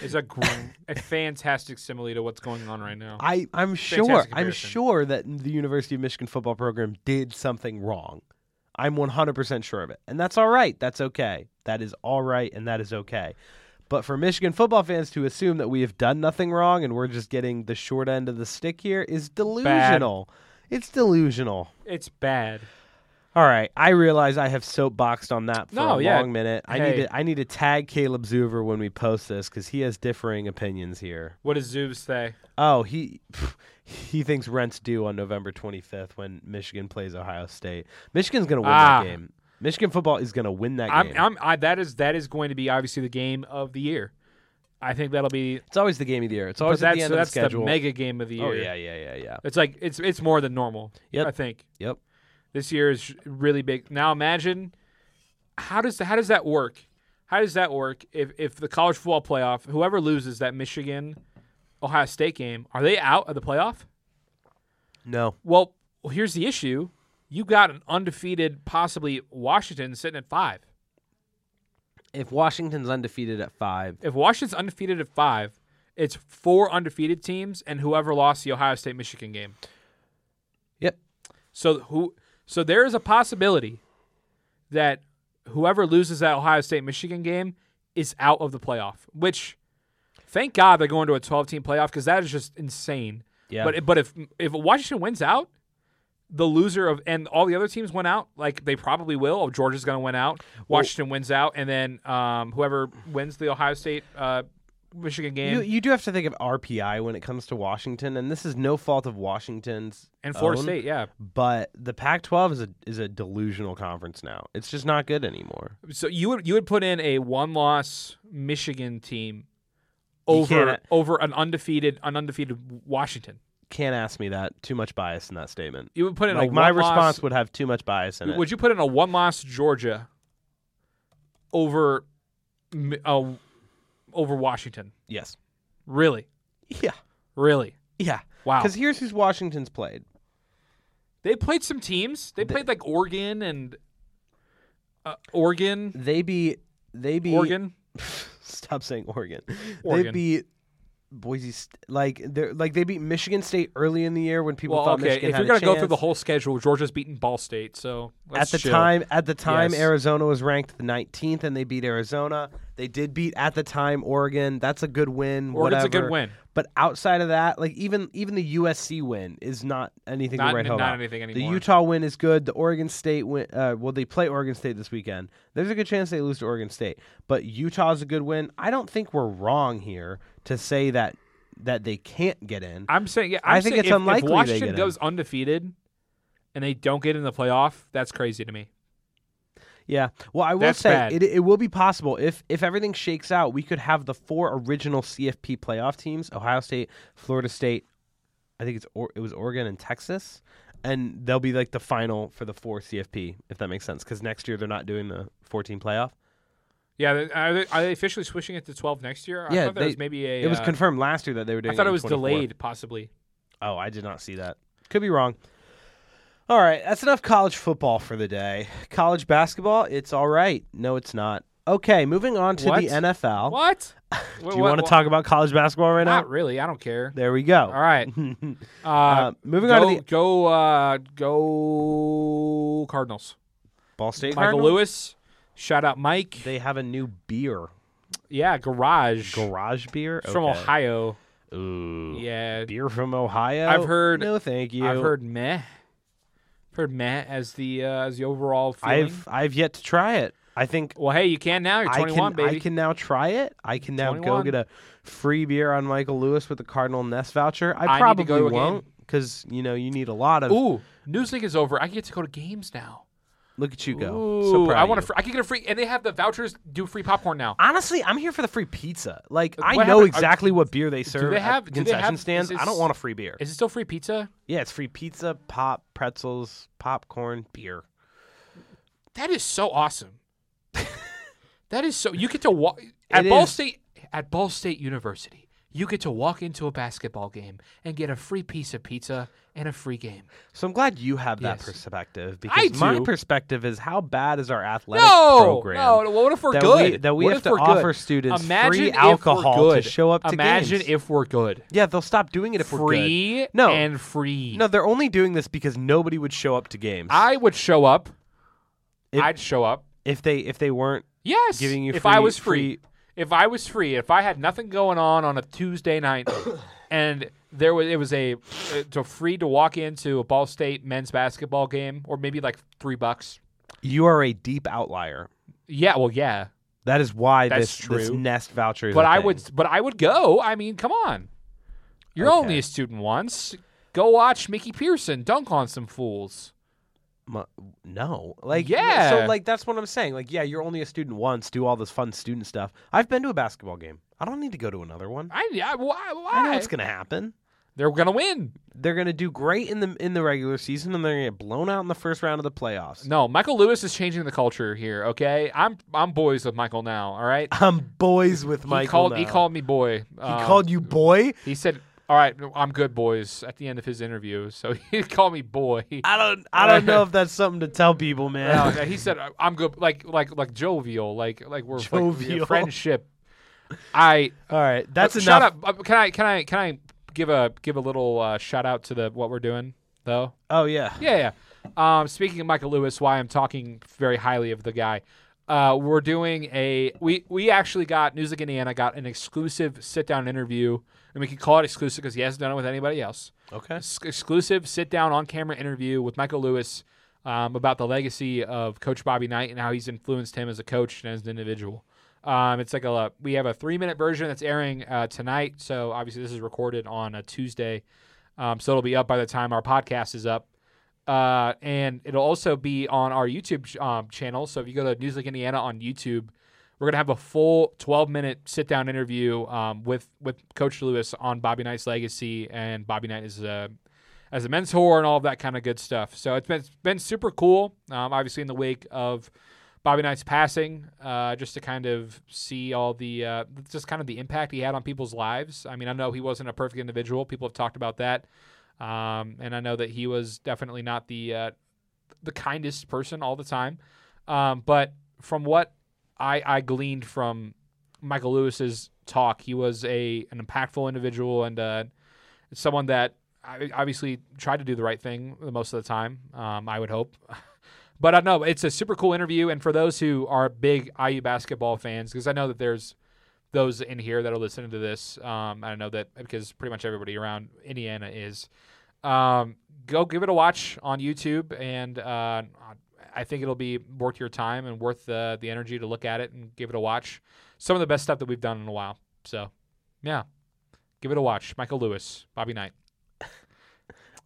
Speaker 1: is a gr- a fantastic simile to what's going on right now.
Speaker 2: I I'm sure
Speaker 1: Fantastic
Speaker 2: I'm
Speaker 1: comparison.
Speaker 2: sure that the University of Michigan football program did something wrong. I'm 100% sure of it. And that's all right. That's okay. That is all right and that is okay. But for Michigan football fans to assume that we have done nothing wrong and we're just getting the short end of the stick here is delusional. It's delusional.
Speaker 1: It's bad.
Speaker 2: All right, I realize I have soapboxed on that for
Speaker 1: No,
Speaker 2: a
Speaker 1: yeah.
Speaker 2: long minute. I
Speaker 1: Hey.
Speaker 2: need to I need to tag Caleb Zuver when we post this because he has differing opinions here.
Speaker 1: What does Zoob say?
Speaker 2: Oh, he <sighs> pff, he thinks rent's due on November 25th when Michigan plays Ohio State. Michigan's going to win
Speaker 1: Ah.
Speaker 2: that game. Michigan football is going to win that
Speaker 1: I'm,
Speaker 2: game.
Speaker 1: I'm, I, that is that is going to be obviously the game of the year. I think that'll be.
Speaker 2: it's always the game of the year. It's
Speaker 1: But
Speaker 2: always at
Speaker 1: that's
Speaker 2: Oh, the end
Speaker 1: that's
Speaker 2: of the schedule.
Speaker 1: mega game of the year.
Speaker 2: oh yeah, yeah, yeah, yeah.
Speaker 1: It's like it's it's more than normal.
Speaker 2: Yep.
Speaker 1: I think
Speaker 2: Yep.
Speaker 1: this year is really big. Now imagine how does how does that work? How does that work if if the college football playoff, whoever loses that Michigan Ohio State game, are they out of the playoff?
Speaker 2: No.
Speaker 1: Well, here's the issue. You got an undefeated possibly Washington sitting at 5.
Speaker 2: If Washington's undefeated at 5,
Speaker 1: If Washington's undefeated at 5, it's four undefeated teams and whoever lost the Ohio State Michigan game.
Speaker 2: yep.
Speaker 1: So who? So there is a possibility that whoever loses that Ohio State Michigan game is out of the playoff. Which, thank God, they're going to a 12 team playoff because that is just insane.
Speaker 2: Yeah.
Speaker 1: But but if if Washington wins out, the loser of and all the other teams went out, like they probably will. Oh, Georgia's going to win out. Washington wins out, and then um, whoever wins the Ohio State uh, Michigan game
Speaker 2: You, you do have to think of RPI when it comes to Washington and this is no fault of Washington's
Speaker 1: and Florida
Speaker 2: own,
Speaker 1: State, yeah.
Speaker 2: but the Pac-12 is a is a delusional conference now. It's just not good anymore.
Speaker 1: So you would you would put in a one loss Michigan team over
Speaker 2: can't-
Speaker 1: over an undefeated an undefeated Washington.
Speaker 2: Can't ask me that. Too much bias in that statement.
Speaker 1: You would put in
Speaker 2: like
Speaker 1: a
Speaker 2: my
Speaker 1: one-loss-
Speaker 2: response would have too much bias in it.
Speaker 1: Would you put in a one loss Georgia over Mi- uh, over Washington?
Speaker 2: yes.
Speaker 1: Really,
Speaker 2: Yeah.
Speaker 1: really?
Speaker 2: Yeah.
Speaker 1: Wow.
Speaker 2: Because here's who's Washington's played.
Speaker 1: They played some teams. They played like Oregon and uh, Oregon,
Speaker 2: They beat. They beat.
Speaker 1: Oregon.
Speaker 2: <laughs> Stop saying Oregon. They
Speaker 1: Oregon.
Speaker 2: beat Boise. St- like they are like they beat Michigan State early in the year when people
Speaker 1: Well,
Speaker 2: thought
Speaker 1: okay.
Speaker 2: Michigan
Speaker 1: If
Speaker 2: had
Speaker 1: you're gonna
Speaker 2: a
Speaker 1: go through the
Speaker 2: chance.
Speaker 1: whole schedule, Georgia's beaten Ball State, so
Speaker 2: At
Speaker 1: let's
Speaker 2: the
Speaker 1: chill.
Speaker 2: time, at the time,
Speaker 1: Yes.
Speaker 2: Arizona was ranked the 19th, and they beat Arizona. They did beat at the time Oregon. That's a good win.
Speaker 1: Oregon's a good
Speaker 2: whatever.
Speaker 1: win.
Speaker 2: But outside of that, like even even the USC win is not anything
Speaker 1: Not-
Speaker 2: to write home
Speaker 1: not
Speaker 2: about.
Speaker 1: anything anymore.
Speaker 2: The Utah win is good. The Oregon State win. Uh, well, they play Oregon State this weekend. There's a good chance they lose to Oregon State, but Utah's a good win. I don't think we're wrong here to say that that they can't get in.
Speaker 1: I'm saying, yeah,
Speaker 2: I
Speaker 1: I'm
Speaker 2: think
Speaker 1: saying
Speaker 2: it's
Speaker 1: if,
Speaker 2: unlikely
Speaker 1: if
Speaker 2: they
Speaker 1: Washington
Speaker 2: get in.
Speaker 1: goes undefeated and they don't get in the playoff. That's crazy to me.
Speaker 2: Yeah. Well, I will
Speaker 1: That's
Speaker 2: say
Speaker 1: bad.
Speaker 2: it, it will be possible if if everything shakes out, we could have the four original CFP playoff teams: Ohio State, Florida State, I think it's or- it was Oregon and Texas, and they'll be like the final for the four CFP, if that makes sense. Because next year they're not doing the fourteen playoff.
Speaker 1: Yeah, they- are they, are they officially switching it to 12 next year? I
Speaker 2: Yeah,
Speaker 1: thought there
Speaker 2: they-
Speaker 1: was maybe a.
Speaker 2: It was
Speaker 1: uh,
Speaker 2: confirmed last year that they were doing.
Speaker 1: I thought
Speaker 2: it
Speaker 1: it
Speaker 2: in
Speaker 1: was
Speaker 2: 24.
Speaker 1: delayed, possibly.
Speaker 2: Oh, I did not see that. Could be wrong. All right, that's enough college football for the day. College basketball, it's all right. No, it's not. Okay, moving on to
Speaker 1: What?
Speaker 2: the NFL. <laughs>
Speaker 1: What? Do
Speaker 2: Do you want to talk about college basketball right now?
Speaker 1: Not really. I don't care.
Speaker 2: There we go.
Speaker 1: All right. Uh,
Speaker 2: <laughs> Uh, moving
Speaker 1: go,
Speaker 2: on to the
Speaker 1: go, uh, go Cardinals.
Speaker 2: Ball State
Speaker 1: Michael
Speaker 2: Cardinals.
Speaker 1: Lewis. Shout out Mike.
Speaker 2: They have a new beer,
Speaker 1: yeah, Garage.
Speaker 2: Garage Beer
Speaker 1: It's from
Speaker 2: Okay.
Speaker 1: Ohio.
Speaker 2: Ooh,
Speaker 1: Yeah.
Speaker 2: beer from Ohio.
Speaker 1: I've heard-
Speaker 2: No, thank you.
Speaker 1: I've heard meh. I've heard meh as the uh, as the overall feeling.
Speaker 2: I've I've yet to try it. I think
Speaker 1: Well, hey, you can now. You're
Speaker 2: I
Speaker 1: 21,
Speaker 2: can
Speaker 1: baby.
Speaker 2: I can now try it. I can now go
Speaker 1: 21.
Speaker 2: get a free beer on Michael Lewis with the Cardinal Nest voucher. I,
Speaker 1: I need to
Speaker 2: probably
Speaker 1: go to a game.
Speaker 2: won't because you know you need a lot of.
Speaker 1: Ooh, Newsleague is over. I get to go to games now.
Speaker 2: Look at you go. so
Speaker 1: Ooh,
Speaker 2: proud
Speaker 1: I
Speaker 2: of
Speaker 1: want
Speaker 2: you.
Speaker 1: to. Fr- I can get a free, and they have the vouchers. Do free popcorn now.
Speaker 2: Honestly, I'm here for the free pizza. Like I
Speaker 1: What
Speaker 2: know
Speaker 1: happened- are-
Speaker 2: exactly what beer they serve
Speaker 1: they
Speaker 2: at
Speaker 1: have- do they
Speaker 2: concession
Speaker 1: have-
Speaker 2: stands.
Speaker 1: is
Speaker 2: I don't
Speaker 1: this-
Speaker 2: want a free beer.
Speaker 1: Is it still free pizza?
Speaker 2: Yeah, it's free pizza, pop, pretzels, popcorn, beer.
Speaker 1: That is so awesome. <laughs> That is so. You get to walk at
Speaker 2: It
Speaker 1: Ball
Speaker 2: is.
Speaker 1: State at Ball State University. You get to walk into a basketball game and get a free piece of pizza and a free game.
Speaker 2: So I'm glad you have that
Speaker 1: Yes.
Speaker 2: perspective
Speaker 1: I
Speaker 2: because my
Speaker 1: do.
Speaker 2: perspective is how bad is our athletic
Speaker 1: No,
Speaker 2: program?
Speaker 1: no. What if we're
Speaker 2: that
Speaker 1: good?
Speaker 2: We, that we
Speaker 1: What
Speaker 2: have
Speaker 1: if
Speaker 2: to
Speaker 1: we're good?
Speaker 2: offer students
Speaker 1: Imagine
Speaker 2: free
Speaker 1: if we're
Speaker 2: alcohol to
Speaker 1: good.
Speaker 2: show up to
Speaker 1: Imagine
Speaker 2: games.
Speaker 1: if we're good.
Speaker 2: yeah, they'll stop doing it if we're good.
Speaker 1: free
Speaker 2: No.
Speaker 1: and free.
Speaker 2: No, they're only doing this because nobody would show up to games.
Speaker 1: I would show up.
Speaker 2: If-
Speaker 1: I'd show up.
Speaker 2: if they if they weren't
Speaker 1: Yes.
Speaker 2: giving you
Speaker 1: if
Speaker 2: free,
Speaker 1: I was
Speaker 2: free,
Speaker 1: free, if I was free, if I had nothing going on on a Tuesday night, <coughs> and there was it was a it's a free to walk into a Ball State men's basketball game, or maybe like three bucks.
Speaker 2: you are a deep outlier.
Speaker 1: Yeah, well, yeah,
Speaker 2: That is why
Speaker 1: That's
Speaker 2: this, this
Speaker 1: true.
Speaker 2: nest voucher is
Speaker 1: but
Speaker 2: a
Speaker 1: I
Speaker 2: thing.
Speaker 1: would, but I would go. I mean, come on, you're only
Speaker 2: Okay.
Speaker 1: a student once. Go watch Mickey Pearson dunk on some fools.
Speaker 2: Mu- no like
Speaker 1: Yeah.
Speaker 2: so like that's what i'm saying like yeah you're only a student once do all this fun student stuff i've been to a basketball game i don't need to go to another one
Speaker 1: I, I why? why?
Speaker 2: i know what's gonna happen
Speaker 1: They're gonna win.
Speaker 2: they're gonna do great in the in the regular season and they're gonna get blown out in the first round of the playoffs
Speaker 1: No, Michael Lewis is changing the culture here. Okay, I'm I'm boys with Michael now. All right.
Speaker 2: i'm boys with Ah, Michael
Speaker 1: he called he
Speaker 2: now.
Speaker 1: called uh, me boy. Um,
Speaker 2: he called you boy
Speaker 1: He said, "All right, I'm good, boys." At the end of his interview, so <laughs> he called me boy.
Speaker 2: i don't i don't know if that's something to tell people man <laughs>
Speaker 1: No, no, he said, "I'm good," like like like jovial, like like we're like, you know,
Speaker 2: Jovial.
Speaker 1: friendship. I
Speaker 2: all right that's
Speaker 1: uh,
Speaker 2: enough
Speaker 1: shut up. Uh, Can I can I can I give a give a little uh, shout out to the what we're doing though?
Speaker 2: oh yeah
Speaker 1: Yeah, yeah. Um, speaking of Michael Lewis, why I'm talking very highly of the guy. Uh, we're doing a we we actually got News of Indiana got an exclusive sit down interview, and we can call it exclusive because he hasn't done it with anybody else.
Speaker 2: okay
Speaker 1: Ex- exclusive sit down on camera interview with Michael Lewis um, about the legacy of Coach Bobby Knight and how he's influenced him as a coach and as an individual. Um, it's like a uh, we have a three minute version that's airing uh, tonight, so obviously this is recorded on a Tuesday, um, so it'll be up by the time our podcast is up. Uh, and it'll also be on our YouTube ch- um, channel. So if you go to News League Indiana on YouTube, we're gonna have a full 12 minute sit down interview um, with with Coach Lewis on Bobby Knight's legacy and Bobby Knight is a as a mentor and all of that kind of good stuff. So it's been it's been super cool. Um, obviously, in the wake of Bobby Knight's passing, uh, just to kind of see all the uh, just kind of the impact he had on people's lives. I mean, I know he wasn't a perfect individual. People have talked about that, um, and I know that he was definitely not the uh, the kindest person all the time. Um, but from what I, I gleaned from Michael Lewis's talk, he was a an impactful individual and uh, someone that I- obviously tried to do the right thing the most of the time. Um, I would hope, <laughs> but I know it's a super cool interview. And for those who are big IU basketball fans, because I know that there's those in here that are listening to this. Um, I know that because pretty much everybody around Indiana is. Um, go give it a watch on YouTube, and uh, I think it'll be worth your time and worth the the energy to look at it and give it a watch. Some of the best stuff that we've done in a while. So, yeah, give it a watch. Michael Lewis, Bobby Knight.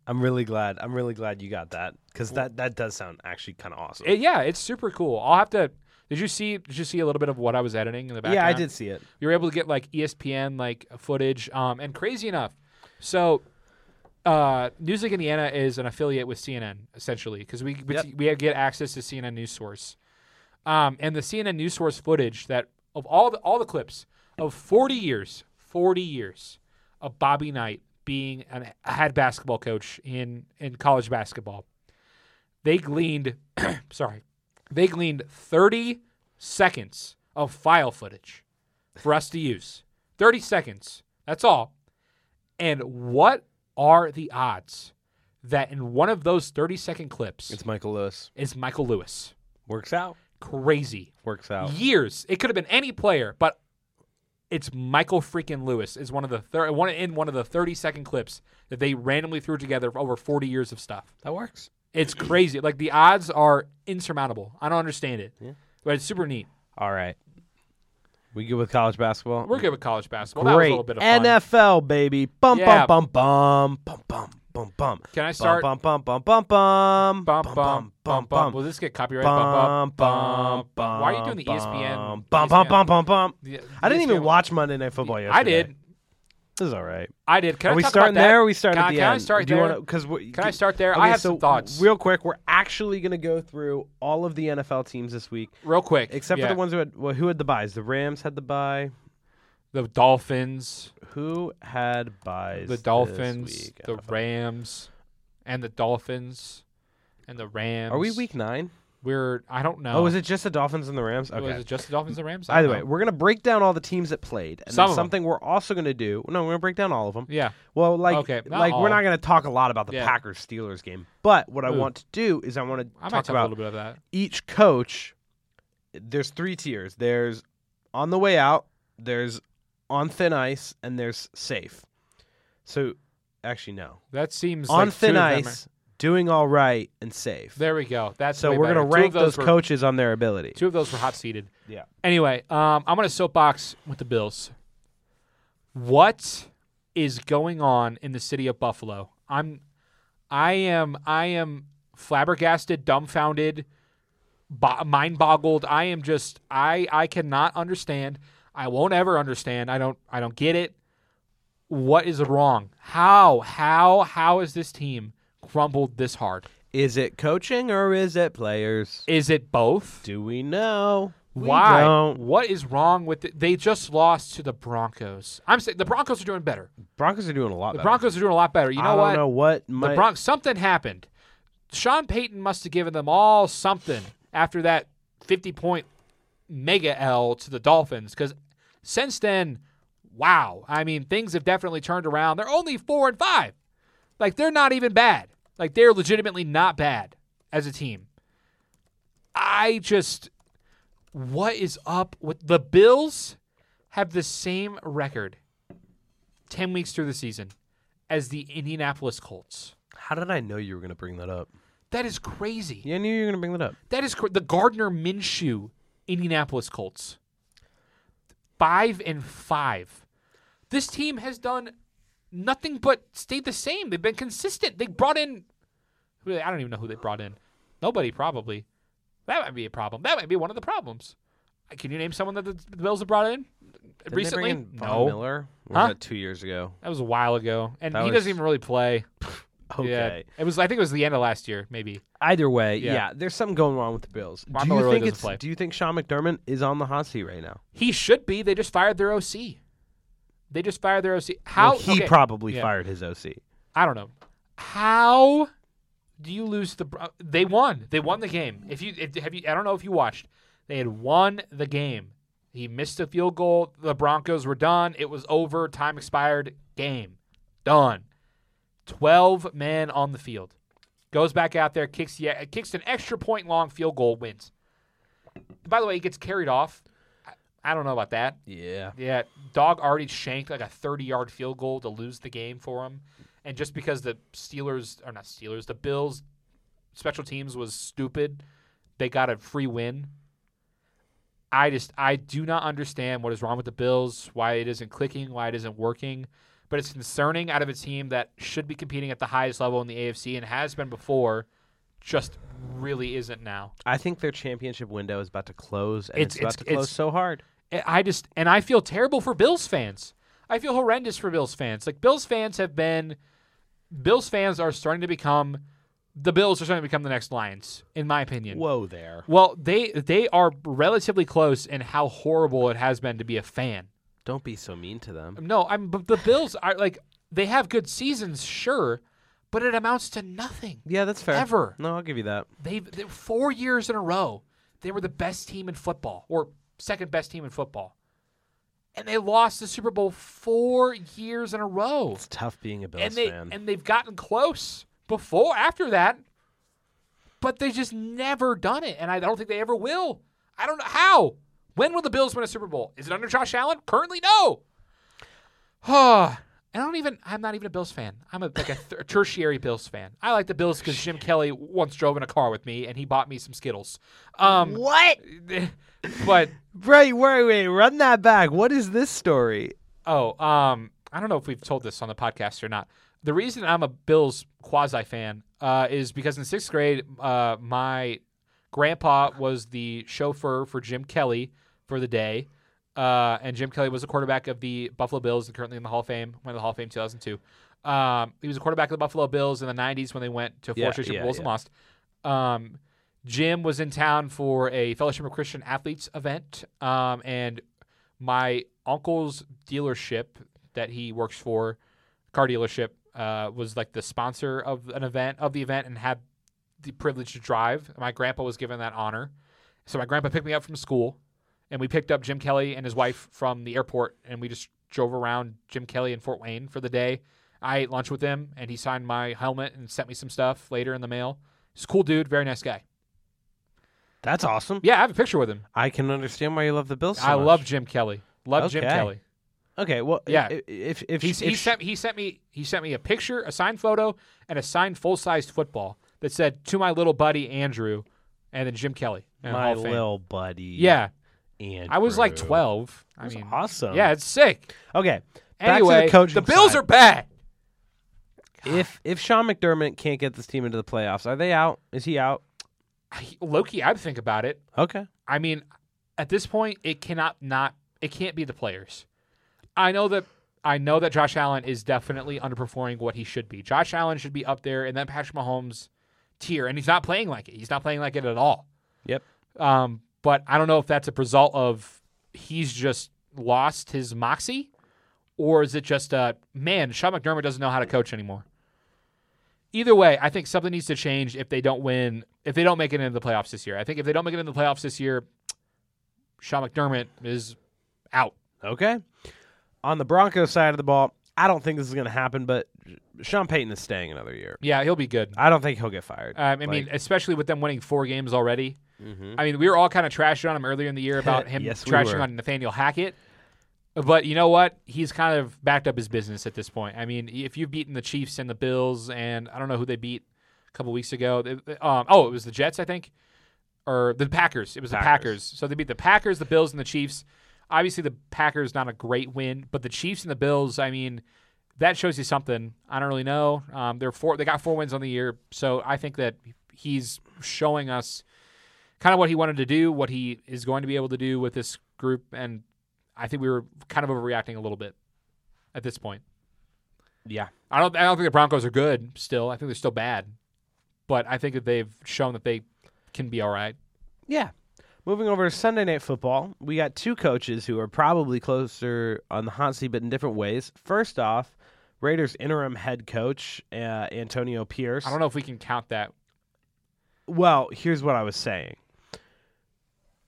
Speaker 2: i'm really glad i'm really glad you got that because that that does sound actually kind of awesome
Speaker 1: It- yeah, it's super cool. I'll have to. Did you see? Did you see a little bit of what I was editing in the background?
Speaker 2: yeah i did see it
Speaker 1: We were able to get like E ESPN like footage. Um, and crazy enough, so uh, News League Indiana is an affiliate with CNN essentially because we we,
Speaker 2: Yep.
Speaker 1: we get access to CNN news source. Um, and the CNN news source footage that of all the all the clips of 40 years, 40 years of Bobby Knight being an a head basketball coach in in college basketball they gleaned <clears throat> sorry they gleaned 30 seconds of file footage for us to use 30 seconds that's all and what are the odds that in one of those 30 second clips
Speaker 2: It's Michael Lewis.
Speaker 1: is michael lewis
Speaker 2: Works out.
Speaker 1: crazy
Speaker 2: Works out.
Speaker 1: years it could have been any player but it's michael freaking lewis is one of the thir- one in one of the 30 second clips that they randomly threw together for over 40 years of stuff
Speaker 2: That works. <clears throat>
Speaker 1: it's crazy. Like the odds are insurmountable. I don't understand it.
Speaker 2: Yeah.
Speaker 1: But it's super neat.
Speaker 2: All right. We good with college basketball?
Speaker 1: We're good with college basketball. That was a
Speaker 2: Great.
Speaker 1: little bit of fun.
Speaker 2: NFL baby. Bum
Speaker 1: Yeah.
Speaker 2: bum bum bum bum bum bum bum.
Speaker 1: Can I start?
Speaker 2: Bum bum bum bum bum
Speaker 1: Bum bum bum bum. Will this get copyright? Bum bum bum. bum. Why are you doing the E
Speaker 2: bum,
Speaker 1: ESPN? ESPN?
Speaker 2: Bum bum bum bum bum.
Speaker 1: The- E
Speaker 2: I didn't
Speaker 1: the
Speaker 2: even
Speaker 1: ESPN
Speaker 2: watch Monday Night Football yesterday.
Speaker 1: I did.
Speaker 2: This is all right.
Speaker 1: I did. Can
Speaker 2: Are
Speaker 1: I
Speaker 2: we
Speaker 1: talk
Speaker 2: starting
Speaker 1: about that?
Speaker 2: there? Or are we starting
Speaker 1: Can
Speaker 2: at
Speaker 1: I-
Speaker 2: the
Speaker 1: can I
Speaker 2: end?
Speaker 1: start
Speaker 2: Do you
Speaker 1: there?
Speaker 2: wanna- Cause we,
Speaker 1: Can I start there? I
Speaker 2: okay,
Speaker 1: have
Speaker 2: so
Speaker 1: some thoughts.
Speaker 2: Real quick, we're actually going to go through all of the NFL teams this week,
Speaker 1: Real quick,
Speaker 2: except
Speaker 1: yeah.
Speaker 2: for the ones who had well, who had the buys. The Rams had the buy.
Speaker 1: the Dolphins,
Speaker 2: Who had buys?
Speaker 1: the
Speaker 2: this
Speaker 1: Dolphins,
Speaker 2: week?
Speaker 1: the Rams, and the Dolphins, and the Rams.
Speaker 2: Are we week nine?
Speaker 1: We're I don't know.
Speaker 2: Oh, is it just the Dolphins and the Rams? Okay.
Speaker 1: Was it just the Dolphins and Rams? I
Speaker 2: Either
Speaker 1: don't
Speaker 2: way,
Speaker 1: know.
Speaker 2: we're going to break down all the teams that played. And
Speaker 1: Some
Speaker 2: then
Speaker 1: of 'em.
Speaker 2: something we're also going to do. No, we're going to break down all of them.
Speaker 1: yeah.
Speaker 2: Well, like,
Speaker 1: Okay, not
Speaker 2: like
Speaker 1: all.
Speaker 2: we're not going to talk a lot about the
Speaker 1: Yeah.
Speaker 2: Packers Steelers game. But what I
Speaker 1: Ooh.
Speaker 2: want to do is I want to
Speaker 1: I might
Speaker 2: talk
Speaker 1: talk a
Speaker 2: about
Speaker 1: little bit of that.
Speaker 2: each coach. There's three tiers. There's on the way out. There's on thin ice, and there's safe. So, actually, no.
Speaker 1: That seems
Speaker 2: on
Speaker 1: like two
Speaker 2: thin
Speaker 1: of them are-
Speaker 2: ice, doing all right, and safe.
Speaker 1: There we go. That's
Speaker 2: so
Speaker 1: way
Speaker 2: we're
Speaker 1: better.
Speaker 2: going
Speaker 1: Two
Speaker 2: to
Speaker 1: of
Speaker 2: rank those,
Speaker 1: were-
Speaker 2: coaches on their ability.
Speaker 1: Two of those were hot seated.
Speaker 2: Yeah.
Speaker 1: Anyway, um, I'm gonna soapbox with the Bills. What is going on in the city of Buffalo? I'm, I am, I am flabbergasted, dumbfounded, bo- mind boggled. I am just, I, I cannot understand. I won't ever understand. I don't, I don't get it. What is wrong? How, how, how is this team crumbled this hard?
Speaker 2: Is it coaching or is it players?
Speaker 1: Is it both?
Speaker 2: Do we know? We
Speaker 1: Why?
Speaker 2: don't.
Speaker 1: What is wrong with it? They just lost to the Broncos. I'm saying the Broncos are doing better.
Speaker 2: Broncos are doing a lot.
Speaker 1: The
Speaker 2: better.
Speaker 1: Broncos are doing a lot better. You know
Speaker 2: I don't
Speaker 1: what?
Speaker 2: know what
Speaker 1: The
Speaker 2: might,
Speaker 1: Bronx. Something happened. Sean Payton must have given them all something after that 50 point mega L to the Dolphins because since then, wow. I mean, things have definitely turned around. They're only four and five. Like, they're not even bad. Like, they're legitimately not bad as a team. I just, what is up with the Bills? Have the same record 10 weeks through the season as the Indianapolis Colts.
Speaker 2: How did I know you were going to bring that up?
Speaker 1: That is crazy.
Speaker 2: Yeah, I knew you were going to bring that up.
Speaker 1: That is cr- the Gardner Minshew Indianapolis Colts. Five and five. This team has done nothing but stayed the same. They've been consistent. They brought in, who they- I don't even know who they brought in. Nobody probably. That might be a problem. That might be one of the problems. Uh, Can you name someone that the, the Bills have brought in
Speaker 2: Didn't they
Speaker 1: recently?
Speaker 2: bring in Von
Speaker 1: no,
Speaker 2: Miller? Or was
Speaker 1: Huh?
Speaker 2: that two years ago?
Speaker 1: that was a while ago, and
Speaker 2: That
Speaker 1: he
Speaker 2: was-
Speaker 1: doesn't even really play.
Speaker 2: Okay.
Speaker 1: Yeah, it was. I think it was the end of last year, maybe.
Speaker 2: Either way, yeah.
Speaker 1: Yeah.
Speaker 2: there's something going wrong with the Bills.
Speaker 1: Von
Speaker 2: do you
Speaker 1: Miller really
Speaker 2: think
Speaker 1: doesn't
Speaker 2: it's?
Speaker 1: play.
Speaker 2: Do you think Sean McDermott is on the hot seat right now?
Speaker 1: He should be. They just fired their OC. They just fired their OC. How
Speaker 2: Well, he
Speaker 1: okay,
Speaker 2: probably
Speaker 1: Yeah.
Speaker 2: fired his OC.
Speaker 1: I don't know. How do you lose the? Bro- They won. They won the game. If you if, have you, I don't know if you watched. They had won the game. He missed a field goal. The Broncos were done. It was over. Time expired. Game done. Twelve men on the field. Goes back out there. Kicks yeah. Kicks an extra point long field goal. Wins. By the way, he gets carried off. I, I don't know about that.
Speaker 2: Yeah.
Speaker 1: Yeah, dog already shanked like a 30-yard field goal to lose the game for him, and just because the Steelers are not Steelers, the Bills special teams was stupid, they got a free win. I just I do not understand what is wrong with the Bills, why it isn't clicking, why it isn't working, but it's concerning out of a team that should be competing at the highest level in the AFC and has been before, just really isn't now.
Speaker 2: I think their championship window is about to close, and it's,
Speaker 1: It's-
Speaker 2: about
Speaker 1: it's-
Speaker 2: to close
Speaker 1: it's-
Speaker 2: so hard.
Speaker 1: I- I just and I feel terrible for Bills fans. I feel horrendous for Bills fans. Like Bills fans have been Bills fans are starting to become the Bills are starting to become the next Lions in my opinion. Well,
Speaker 2: Whoa there.
Speaker 1: they they are relatively close in how horrible it has been to be a fan.
Speaker 2: Don't be so mean to them.
Speaker 1: No, I'm but the Bills are like they have good seasons sure, but it amounts to nothing.
Speaker 2: Yeah, that's fair.
Speaker 1: Ever.
Speaker 2: No, I'll give you that.
Speaker 1: They've they, four years in a row. They were the best team in football, or second best team in football, and they lost the Super Bowl four years in a row.
Speaker 2: It's tough being a Bills
Speaker 1: And they
Speaker 2: fan.
Speaker 1: and they've gotten close before after that, but they just never done it, and I don't think they ever will. I don't know how. When will the Bills win a Super Bowl? Is it under Josh Allen? Currently, no. <sighs> Huh. I don't even. I'm not even a Bills fan. I'm a, like a, th- tertiary Bills fan. I like the Bills because Jim Kelly once drove in a car with me and he bought me some Skittles. Um,
Speaker 2: what?
Speaker 1: <laughs> but
Speaker 2: Right, wait, wait, run that back. What is this story?
Speaker 1: oh, um, I don't know if we've told this on the podcast or not. The reason I'm a Bills quasi fan uh, is because in sixth grade, uh, my grandpa was the chauffeur for Jim Kelly for the day. Uh, and Jim Kelly was a quarterback of the Buffalo Bills, currently in the Hall of Fame, went to the Hall of Fame 2002. Um, he was a quarterback of the Buffalo Bills in the 90s when they went to four
Speaker 2: Yeah,
Speaker 1: straight Super
Speaker 2: yeah,
Speaker 1: Bowls and
Speaker 2: yeah.
Speaker 1: lost. Um, Jim was in town for a Fellowship of Christian Athletes event, um, and my uncle's dealership that he works for, car dealership, uh, was like the sponsor of an event of the event and had the privilege to drive. My grandpa was given that honor, so my grandpa picked me up from school, and we picked up Jim Kelly and his wife from the airport, and we just drove around Jim Kelly in Fort Wayne for the day. I ate lunch with him, and he signed my helmet and sent me some stuff later in the mail. He's a cool dude, very nice guy.
Speaker 2: That's awesome.
Speaker 1: Yeah, I have a picture with him.
Speaker 2: I can understand why you love the Bills. So
Speaker 1: I
Speaker 2: much.
Speaker 1: love Jim Kelly. Love Jim
Speaker 2: Okay.
Speaker 1: Kelly.
Speaker 2: Okay, well,
Speaker 1: Yeah.
Speaker 2: yeah. If if,
Speaker 1: He's,
Speaker 2: if,
Speaker 1: he sent he sent me he sent me a picture, a signed photo, and a signed full sized football that said to my little buddy Andrew, and then Jim Kelly. and
Speaker 2: my
Speaker 1: Hall of Fame.
Speaker 2: little buddy,
Speaker 1: Yeah,
Speaker 2: Andrew.
Speaker 1: I was like twelve. I
Speaker 2: That's
Speaker 1: mean,
Speaker 2: awesome.
Speaker 1: yeah, it's sick.
Speaker 2: Okay. Back
Speaker 1: Anyway,
Speaker 2: to the coaching
Speaker 1: Bills
Speaker 2: side.
Speaker 1: are bad.
Speaker 2: If if Sean McDermott can't get this team into the playoffs, are they out? Is he out?
Speaker 1: I- Loki, I'd think about it.
Speaker 2: Okay.
Speaker 1: I mean, at this point, it cannot not it can't be the players. I know that I know that Josh Allen is definitely underperforming what he should be. Josh Allen should be up there in that Patrick Mahomes tier, and he's not playing like it. He's not playing like it at all.
Speaker 2: Yep.
Speaker 1: Um, but I don't know if that's a result of he's just lost his moxie, or is it just uh, man Sean McDermott doesn't know how to coach anymore. Either way, I think something needs to change if they don't win, if they don't make it into the playoffs this year. I think if they don't make it into the playoffs this year, Sean McDermott is out.
Speaker 2: Okay. On the Broncos side of the ball, I don't think this is going to happen, but Sean Payton is staying another year.
Speaker 1: Yeah, he'll be good.
Speaker 2: I don't think he'll get fired.
Speaker 1: Um, I
Speaker 2: Like- Mm-hmm.
Speaker 1: mean, especially with them winning four games already. I mean, we were all kind of trashing on him earlier in the year
Speaker 2: <laughs>
Speaker 1: about him
Speaker 2: Yes, we
Speaker 1: trashing
Speaker 2: were.
Speaker 1: on Nathaniel Hackett. But you know what? He's kind of backed up his business at this point. I mean, if you've beaten the Chiefs and the Bills, and I don't know who they beat a couple weeks ago. They- they- um, oh, it was the Jets, I think, or the Packers. It was the Packers.
Speaker 2: Packers.
Speaker 1: So they beat the Packers, the Bills, and the Chiefs. Obviously, the Packers not a great win, but the Chiefs and the Bills. I mean, that shows you something. I don't really know. Um, they're four. They got four wins on the year, so I think that he's showing us kind of what he wanted to do, what he is going to be able to do with this group, and I think we were kind of overreacting a little bit at this point.
Speaker 2: yeah.
Speaker 1: I don't. I don't think the Broncos are good still. I think they're still bad, but I think that they've shown that they can be all right.
Speaker 2: Yeah. Moving over to Sunday Night Football, we got two coaches who are probably closer on the hot seat, but in different ways. First off, Raiders interim head coach uh, Antonio Pierce.
Speaker 1: I don't know if we can count that.
Speaker 2: Well, here's what I was saying.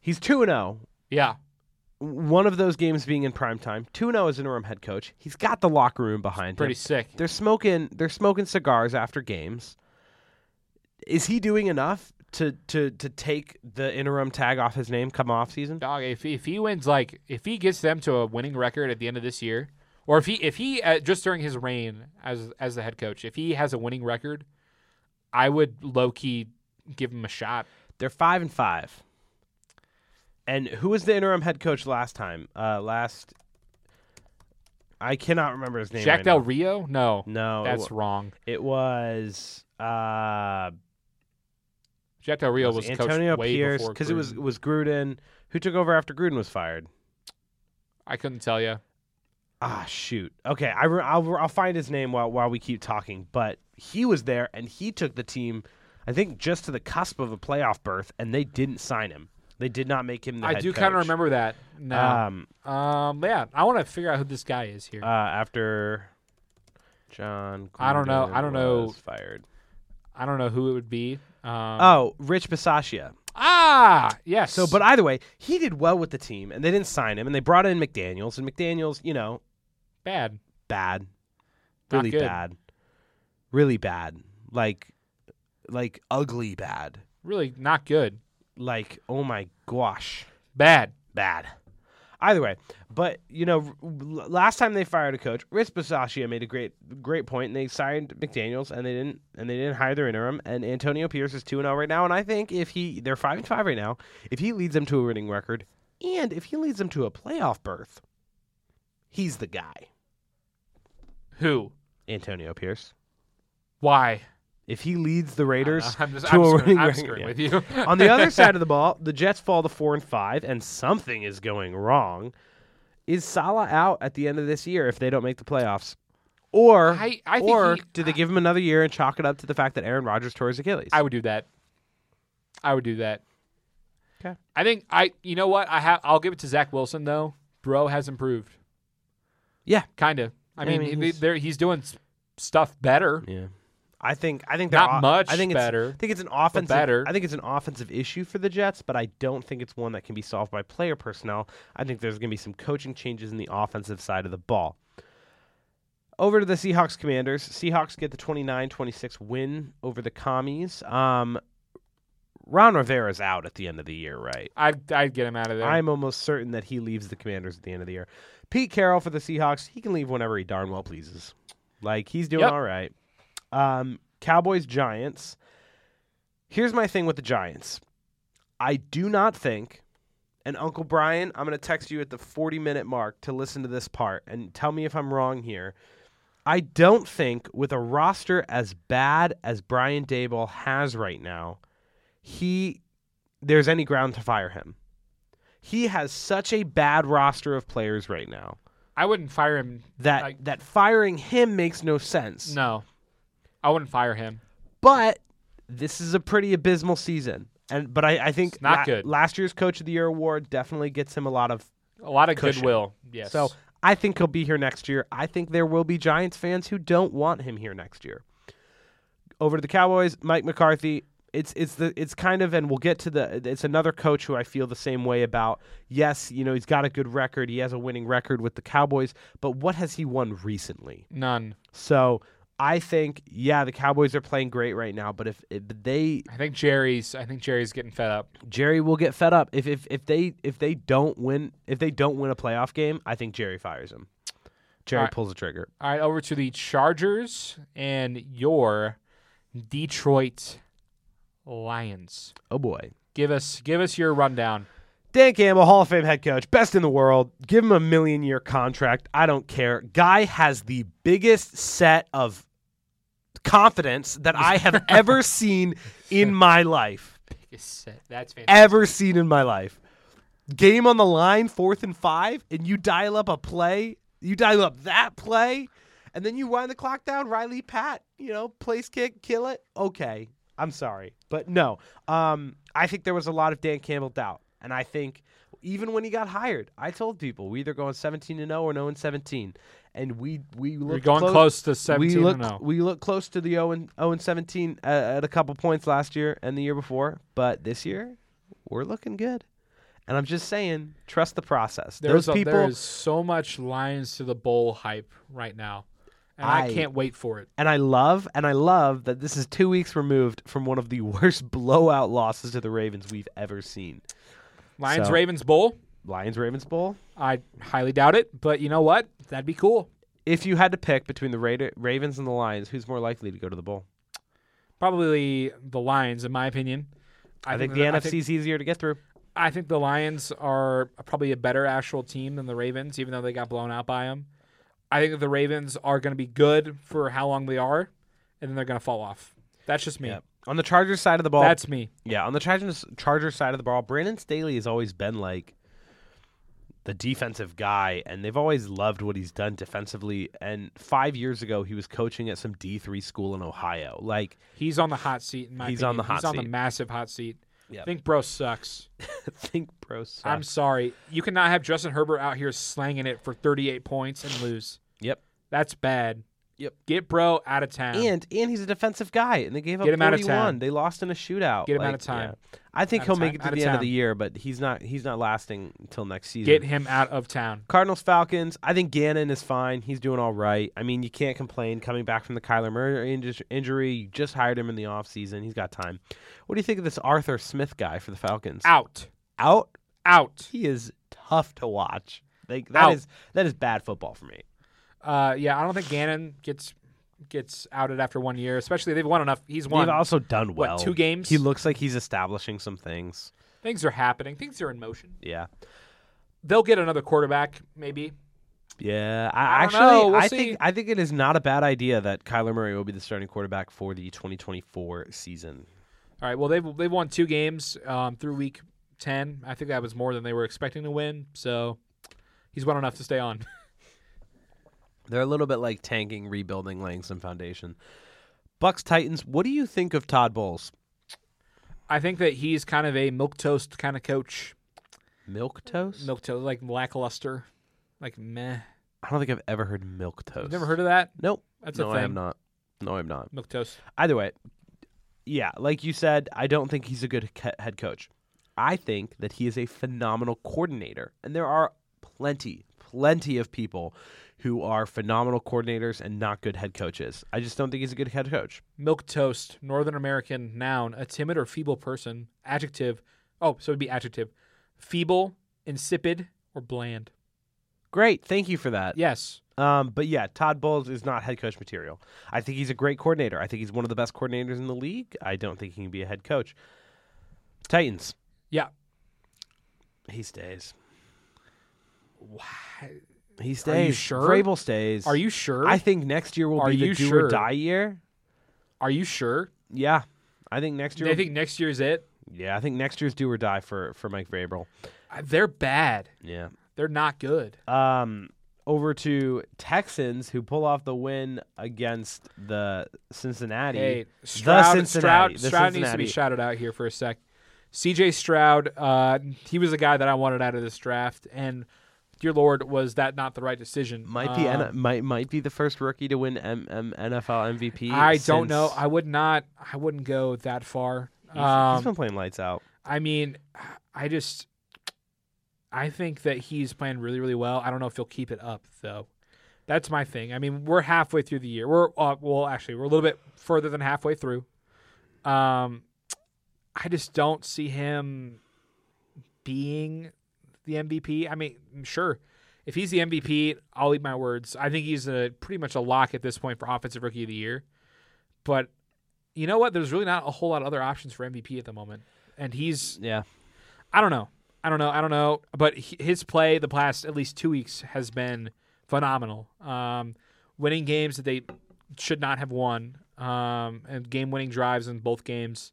Speaker 2: He's two and zero.
Speaker 1: Yeah,
Speaker 2: One of those games being in prime time. Two and zero as interim head coach. He's got the locker room behind
Speaker 1: pretty
Speaker 2: him.
Speaker 1: sick.
Speaker 2: They're smoking. They're smoking cigars after games. Is he doing enough to to to take the interim tag off his name come off season?
Speaker 1: Dog, if if he wins, like if he gets them to a winning record at the end of this year, or if he if he uh, just during his reign as as the head coach, if he has a winning record, I would low key give him a shot.
Speaker 2: They're five and five. And who was the interim head coach last time? Uh, last, I cannot remember his name.
Speaker 1: Jack
Speaker 2: right
Speaker 1: Del
Speaker 2: now.
Speaker 1: Rio? No,
Speaker 2: No, it
Speaker 1: that's
Speaker 2: wa-
Speaker 1: wrong.
Speaker 2: it was uh,
Speaker 1: Jack Del Rio
Speaker 2: was
Speaker 1: was,
Speaker 2: it
Speaker 1: coached
Speaker 2: Antonio
Speaker 1: way
Speaker 2: Pierce
Speaker 1: before
Speaker 2: because it
Speaker 1: Gruden.
Speaker 2: was it was Gruden who took over after Gruden was fired.
Speaker 1: I couldn't tell you.
Speaker 2: Ah, shoot. Okay, I re- I'll, I'll find his name while while we keep talking. But he was there, and he took the team, I think, just to the cusp of a playoff berth, and they didn't sign him. They did not make him the
Speaker 1: I
Speaker 2: head
Speaker 1: do kind of
Speaker 2: coach.
Speaker 1: remember that. No,
Speaker 2: Um,
Speaker 1: um, yeah, I want to figure out who this guy is here.
Speaker 2: uh, after John.
Speaker 1: I don't know-
Speaker 2: Gruden
Speaker 1: I don't know.
Speaker 2: was Fired.
Speaker 1: I don't know who it would be. Um,
Speaker 2: Oh, Rich Bisaccia.
Speaker 1: ah, yes.
Speaker 2: So, but either way, he did well with the team, and they didn't sign him, and they brought in McDaniel's, and McDaniel's, you know,
Speaker 1: bad.
Speaker 2: bad,
Speaker 1: Not
Speaker 2: really
Speaker 1: good.
Speaker 2: bad, really bad, like, like ugly bad,
Speaker 1: Really not good.
Speaker 2: like oh my gosh,
Speaker 1: Bad.
Speaker 2: bad. Either way, but you know, r- l- last time they fired a coach, Rich Bisaccia made a great, great point, and they signed McDaniel's, and they didn't, and they didn't hire their interim. And Antonio Pierce is two and zero right now, and I think if he, they're five and five right now, if he leads them to a winning record, and if he leads them to a playoff berth, he's the guy,
Speaker 1: Who?
Speaker 2: Antonio Pierce.
Speaker 1: Why?
Speaker 2: If he leads the Raiders
Speaker 1: <laughs> I'm just,
Speaker 2: to
Speaker 1: I'm
Speaker 2: a
Speaker 1: screwing-
Speaker 2: winning
Speaker 1: I'm
Speaker 2: record,
Speaker 1: screwing
Speaker 2: yeah. <laughs>
Speaker 1: with you. <laughs>
Speaker 2: on the other side of the ball, the Jets fall to four and five, and something is going wrong. Is Salah out at the end of this year if they don't make the playoffs? Or
Speaker 1: I- I think
Speaker 2: or
Speaker 1: he-
Speaker 2: do they give him another year and chalk it up to the fact that Aaron Rodgers tore his Achilles?
Speaker 1: I would do that. I would do that.
Speaker 2: 'Kay.
Speaker 1: I think I. You know what? I have. I'll give it to Zach Wilson though. Bro has improved.
Speaker 2: Yeah.
Speaker 1: Kind of. I
Speaker 2: Yeah, I
Speaker 1: mean,
Speaker 2: mean,
Speaker 1: he-
Speaker 2: he's-
Speaker 1: there- he's doing s- stuff better.
Speaker 2: yeah. I think I think they're
Speaker 1: Not
Speaker 2: o-
Speaker 1: much
Speaker 2: I think it's-
Speaker 1: better.
Speaker 2: I think it's an offensive
Speaker 1: better.
Speaker 2: I think it's an offensive issue for the Jets, but I don't think it's one that can be solved by player personnel. I think there's going to be some coaching changes in the offensive side of the ball. Over to the Seahawks Commanders. Seahawks get the 29-26 win over the Commies. Um, Ron Rivera's out at the end of the year, right?
Speaker 1: I'd, I'd get him out of there.
Speaker 2: I'm almost certain that he leaves the Commanders at the end of the year. Pete Carroll for the Seahawks, he can leave whenever he darn well pleases. Like he's doing
Speaker 1: Yep.
Speaker 2: all right. Um, Cowboys Giants. Here's my thing with the Giants. I do not think, and Uncle Brian, I'm going to text you at the 40 minute mark to listen to this part and tell me if I'm wrong here. I don't think, with a roster as bad as Brian Dayball has right now, he there's any ground to fire him. He has such a bad roster of players right now
Speaker 1: I wouldn't fire him.
Speaker 2: that
Speaker 1: Like-
Speaker 2: that firing him makes no sense.
Speaker 1: No, I wouldn't fire him.
Speaker 2: But this is a pretty abysmal season. And but I, I think
Speaker 1: It's not good.
Speaker 2: last year's coach of the year award definitely gets him a lot of
Speaker 1: A lot of
Speaker 2: Cushion.
Speaker 1: goodwill. Yes.
Speaker 2: So I think he'll be here next year. I think there will be Giants fans who don't want him here next year. Over to the Cowboys, Mike McCarthy. It's it's the it's kind of and we'll get to the it's another coach who I feel the same way about. Yes, you know, he's got a good record. He has a winning record with the Cowboys, but what has he won recently?
Speaker 1: none.
Speaker 2: So I think yeah, the Cowboys are playing great right now, but if, if they
Speaker 1: I think Jerry's. I think Jerry's getting fed up.
Speaker 2: Jerry will get fed up if, if if they if they don't win if they don't win a playoff game, I think Jerry fires him. Jerry
Speaker 1: Alright.
Speaker 2: pulls the trigger.
Speaker 1: All right, over to the Chargers and your Detroit Lions.
Speaker 2: Oh boy.
Speaker 1: Give us give us your rundown.
Speaker 2: Dan Campbell, Hall of Fame head coach, best in the world. Give him a million year contract. I don't care. Guy has the biggest set of confidence that I have ever seen in my life.
Speaker 1: That's fantastic.
Speaker 2: Ever seen in my life. Game on the line, fourth and five, and you dial up a play. You dial up that play, and then you wind the clock down. Riley Pat, you know, place kick, kill it. Okay. I'm sorry. But no. Um, I think there was a lot of Dan Campbell doubt. And I think even when he got hired, I told people we either going 17 and 0 or 0 and 17. And we we looked
Speaker 1: We're going close, to 17
Speaker 2: we looked,
Speaker 1: and oh. 0.
Speaker 2: We looked close to the 0 and, 0 and 17 at, at a couple points last year and the year before, but this year we're looking good. And I'm just saying, trust the process.
Speaker 1: There's
Speaker 2: Those
Speaker 1: a-
Speaker 2: people,
Speaker 1: there is so much Lions to the Bowl hype right now, and I,
Speaker 2: I-
Speaker 1: can't wait for it.
Speaker 2: and I love, and I love that this is two weeks removed from one of the <laughs> worst blowout losses to the Ravens we've ever seen.
Speaker 1: Lions
Speaker 2: So-
Speaker 1: Ravens Bowl.
Speaker 2: Lions Ravens Bowl.
Speaker 1: I highly doubt it, but you know what? That'd be cool.
Speaker 2: If you had to pick between the Ra- Ravens and the Lions, who's more likely to go to the bowl?
Speaker 1: Probably the Lions, in my opinion.
Speaker 2: I, think,
Speaker 1: that-
Speaker 2: the
Speaker 1: I
Speaker 2: NFC's easier to get through.
Speaker 1: I think the Lions are probably a better actual team than the Ravens, even though they got blown out by them. I think that the Ravens are going to be good for how long they are, and then they're going to fall off. That's just me.
Speaker 2: Yeah. On the Chargers side of the ball,
Speaker 1: That's me.
Speaker 2: Yeah, on the Chargers Chargers side of the ball, Brandon Staley has always been like the defensive guy, and they've always loved what he's done defensively. And five years ago, he was coaching at some D three school in Ohio. Like, <laughs>
Speaker 1: He's on the hot seat. In my
Speaker 2: He's on
Speaker 1: opinion.
Speaker 2: the
Speaker 1: He's
Speaker 2: hot
Speaker 1: on
Speaker 2: seat.
Speaker 1: the massive hot seat.
Speaker 2: Yep.
Speaker 1: I think bro
Speaker 2: <laughs>
Speaker 1: sucks.
Speaker 2: think pro. sucks.
Speaker 1: I'm sorry. You cannot have Justin Herbert out here slanging it for 38 points and lose.
Speaker 2: Yep.
Speaker 1: That's bad.
Speaker 2: Yep.
Speaker 1: Get bro out of town.
Speaker 2: And and he's a defensive guy, and they gave up
Speaker 1: Get him out of
Speaker 2: 41.
Speaker 1: town.
Speaker 2: They lost in a shootout.
Speaker 1: Get him
Speaker 2: Like,
Speaker 1: out of time.
Speaker 2: yeah. I think
Speaker 1: Out of
Speaker 2: he'll
Speaker 1: time,
Speaker 2: make it to
Speaker 1: out of
Speaker 2: the end of
Speaker 1: town.
Speaker 2: the year, but he's not. He's not lasting until next season.
Speaker 1: Get him out of town.
Speaker 2: Cardinals Falcons. I think Gannon is fine. He's doing all right. I mean, you can't complain coming back from the Kyler Murray inj- injury. You just hired him in the offseason. He's got time. What do you think of this Arthur Smith guy for the Falcons?
Speaker 1: Out.
Speaker 2: Out.
Speaker 1: Out.
Speaker 2: He is tough to watch. Like that
Speaker 1: Out.
Speaker 2: is that is bad football for me.
Speaker 1: Uh, yeah, I don't think Gannon gets gets outed after one year. Especially they've won enough. He's won.
Speaker 2: They've also done
Speaker 1: what,
Speaker 2: well.
Speaker 1: two games?
Speaker 2: He looks like he's establishing some things.
Speaker 1: Things are happening. Things are in motion.
Speaker 2: Yeah.
Speaker 1: They'll get another quarterback, maybe.
Speaker 2: Yeah,
Speaker 1: I
Speaker 2: I,
Speaker 1: don't
Speaker 2: actually,
Speaker 1: know. We'll
Speaker 2: I
Speaker 1: see.
Speaker 2: think I think it is not a bad idea that Kyler Murray will be the starting quarterback for the 2024 season.
Speaker 1: All right. Well, they've they've won two games um, through week ten. I think that was more than they were expecting to win. So he's well enough to stay on. <laughs>
Speaker 2: They're a little bit like tanking, rebuilding, laying some foundation. Bucks Titans. What do you think of Todd Bowles?
Speaker 1: I think that he's kind of a milk toast kind of coach.
Speaker 2: Milk toast?
Speaker 1: Milk toast, like lackluster, like meh.
Speaker 2: I don't think I've ever heard milk toast.
Speaker 1: You've never heard of that?
Speaker 2: Nope.
Speaker 1: That's
Speaker 2: no,
Speaker 1: a
Speaker 2: I
Speaker 1: thing.
Speaker 2: am not. No, I'm not.
Speaker 1: Milk toast.
Speaker 2: Either way, yeah, like you said, I don't think he's a good ca- head coach. I think that he is a phenomenal coordinator, and there are plenty, plenty of people who are phenomenal coordinators and not good head coaches. I just don't think he's a good head coach.
Speaker 1: Milk toast. Northern American noun. A timid or feeble person. Adjective. Oh, so it'd be adjective. Feeble, insipid, or bland.
Speaker 2: Great, thank you for that.
Speaker 1: Yes.
Speaker 2: Um, but yeah, Todd Bowles is not head coach material. I think he's a great coordinator. I think he's one of the best coordinators in the league. I don't think he can be a head coach. Titans,
Speaker 1: Yeah.
Speaker 2: he stays.
Speaker 1: Wow.
Speaker 2: He stays.
Speaker 1: Are you sure?
Speaker 2: Vrabel stays.
Speaker 1: Are you sure?
Speaker 2: I think next year will
Speaker 1: Are
Speaker 2: be the
Speaker 1: you
Speaker 2: do or
Speaker 1: sure?
Speaker 2: die year.
Speaker 1: Are you sure?
Speaker 2: Yeah, I think next year.
Speaker 1: They think next year's it.
Speaker 2: yeah, I think next year's do or die for for Mike Vrabel.
Speaker 1: Uh, They're bad.
Speaker 2: Yeah.
Speaker 1: They're not good.
Speaker 2: Um, over to Texans who pull off the win against the Cincinnati.
Speaker 1: Hey, Stroud,
Speaker 2: Cincinnati.
Speaker 1: Stroud,
Speaker 2: The
Speaker 1: Stroud needs to
Speaker 2: Cincinnati.
Speaker 1: be shouted out here for a sec. CJ Stroud, uh, he was a guy that I wanted out of this draft, and dear Lord, was that not the right decision?
Speaker 2: Might be
Speaker 1: Uh,
Speaker 2: N- might might be the first rookie to win M- M- NFL MVP.
Speaker 1: I don't know.
Speaker 2: since-
Speaker 1: I would not. I wouldn't go that far.
Speaker 2: He's- he's
Speaker 1: Um,
Speaker 2: been playing lights out.
Speaker 1: I mean, I just, I think that he's playing really, really well. I don't know if he'll keep it up though. That's my thing. I mean, we're halfway through the year. We're uh, well, actually, we're a little bit further than halfway through. Um, I just don't see him being the MVP. I mean, sure, if he's the MVP, I'll eat my words. I think he's a pretty much a lock at this point for offensive rookie of the year. But you know what? There's really not a whole lot of other options for MVP at the moment, and he's
Speaker 2: Yeah.
Speaker 1: I don't know. I don't know. I don't know. But h- his play the past at least two weeks has been phenomenal. Um, winning games that they should not have won, um, and game-winning drives in both games.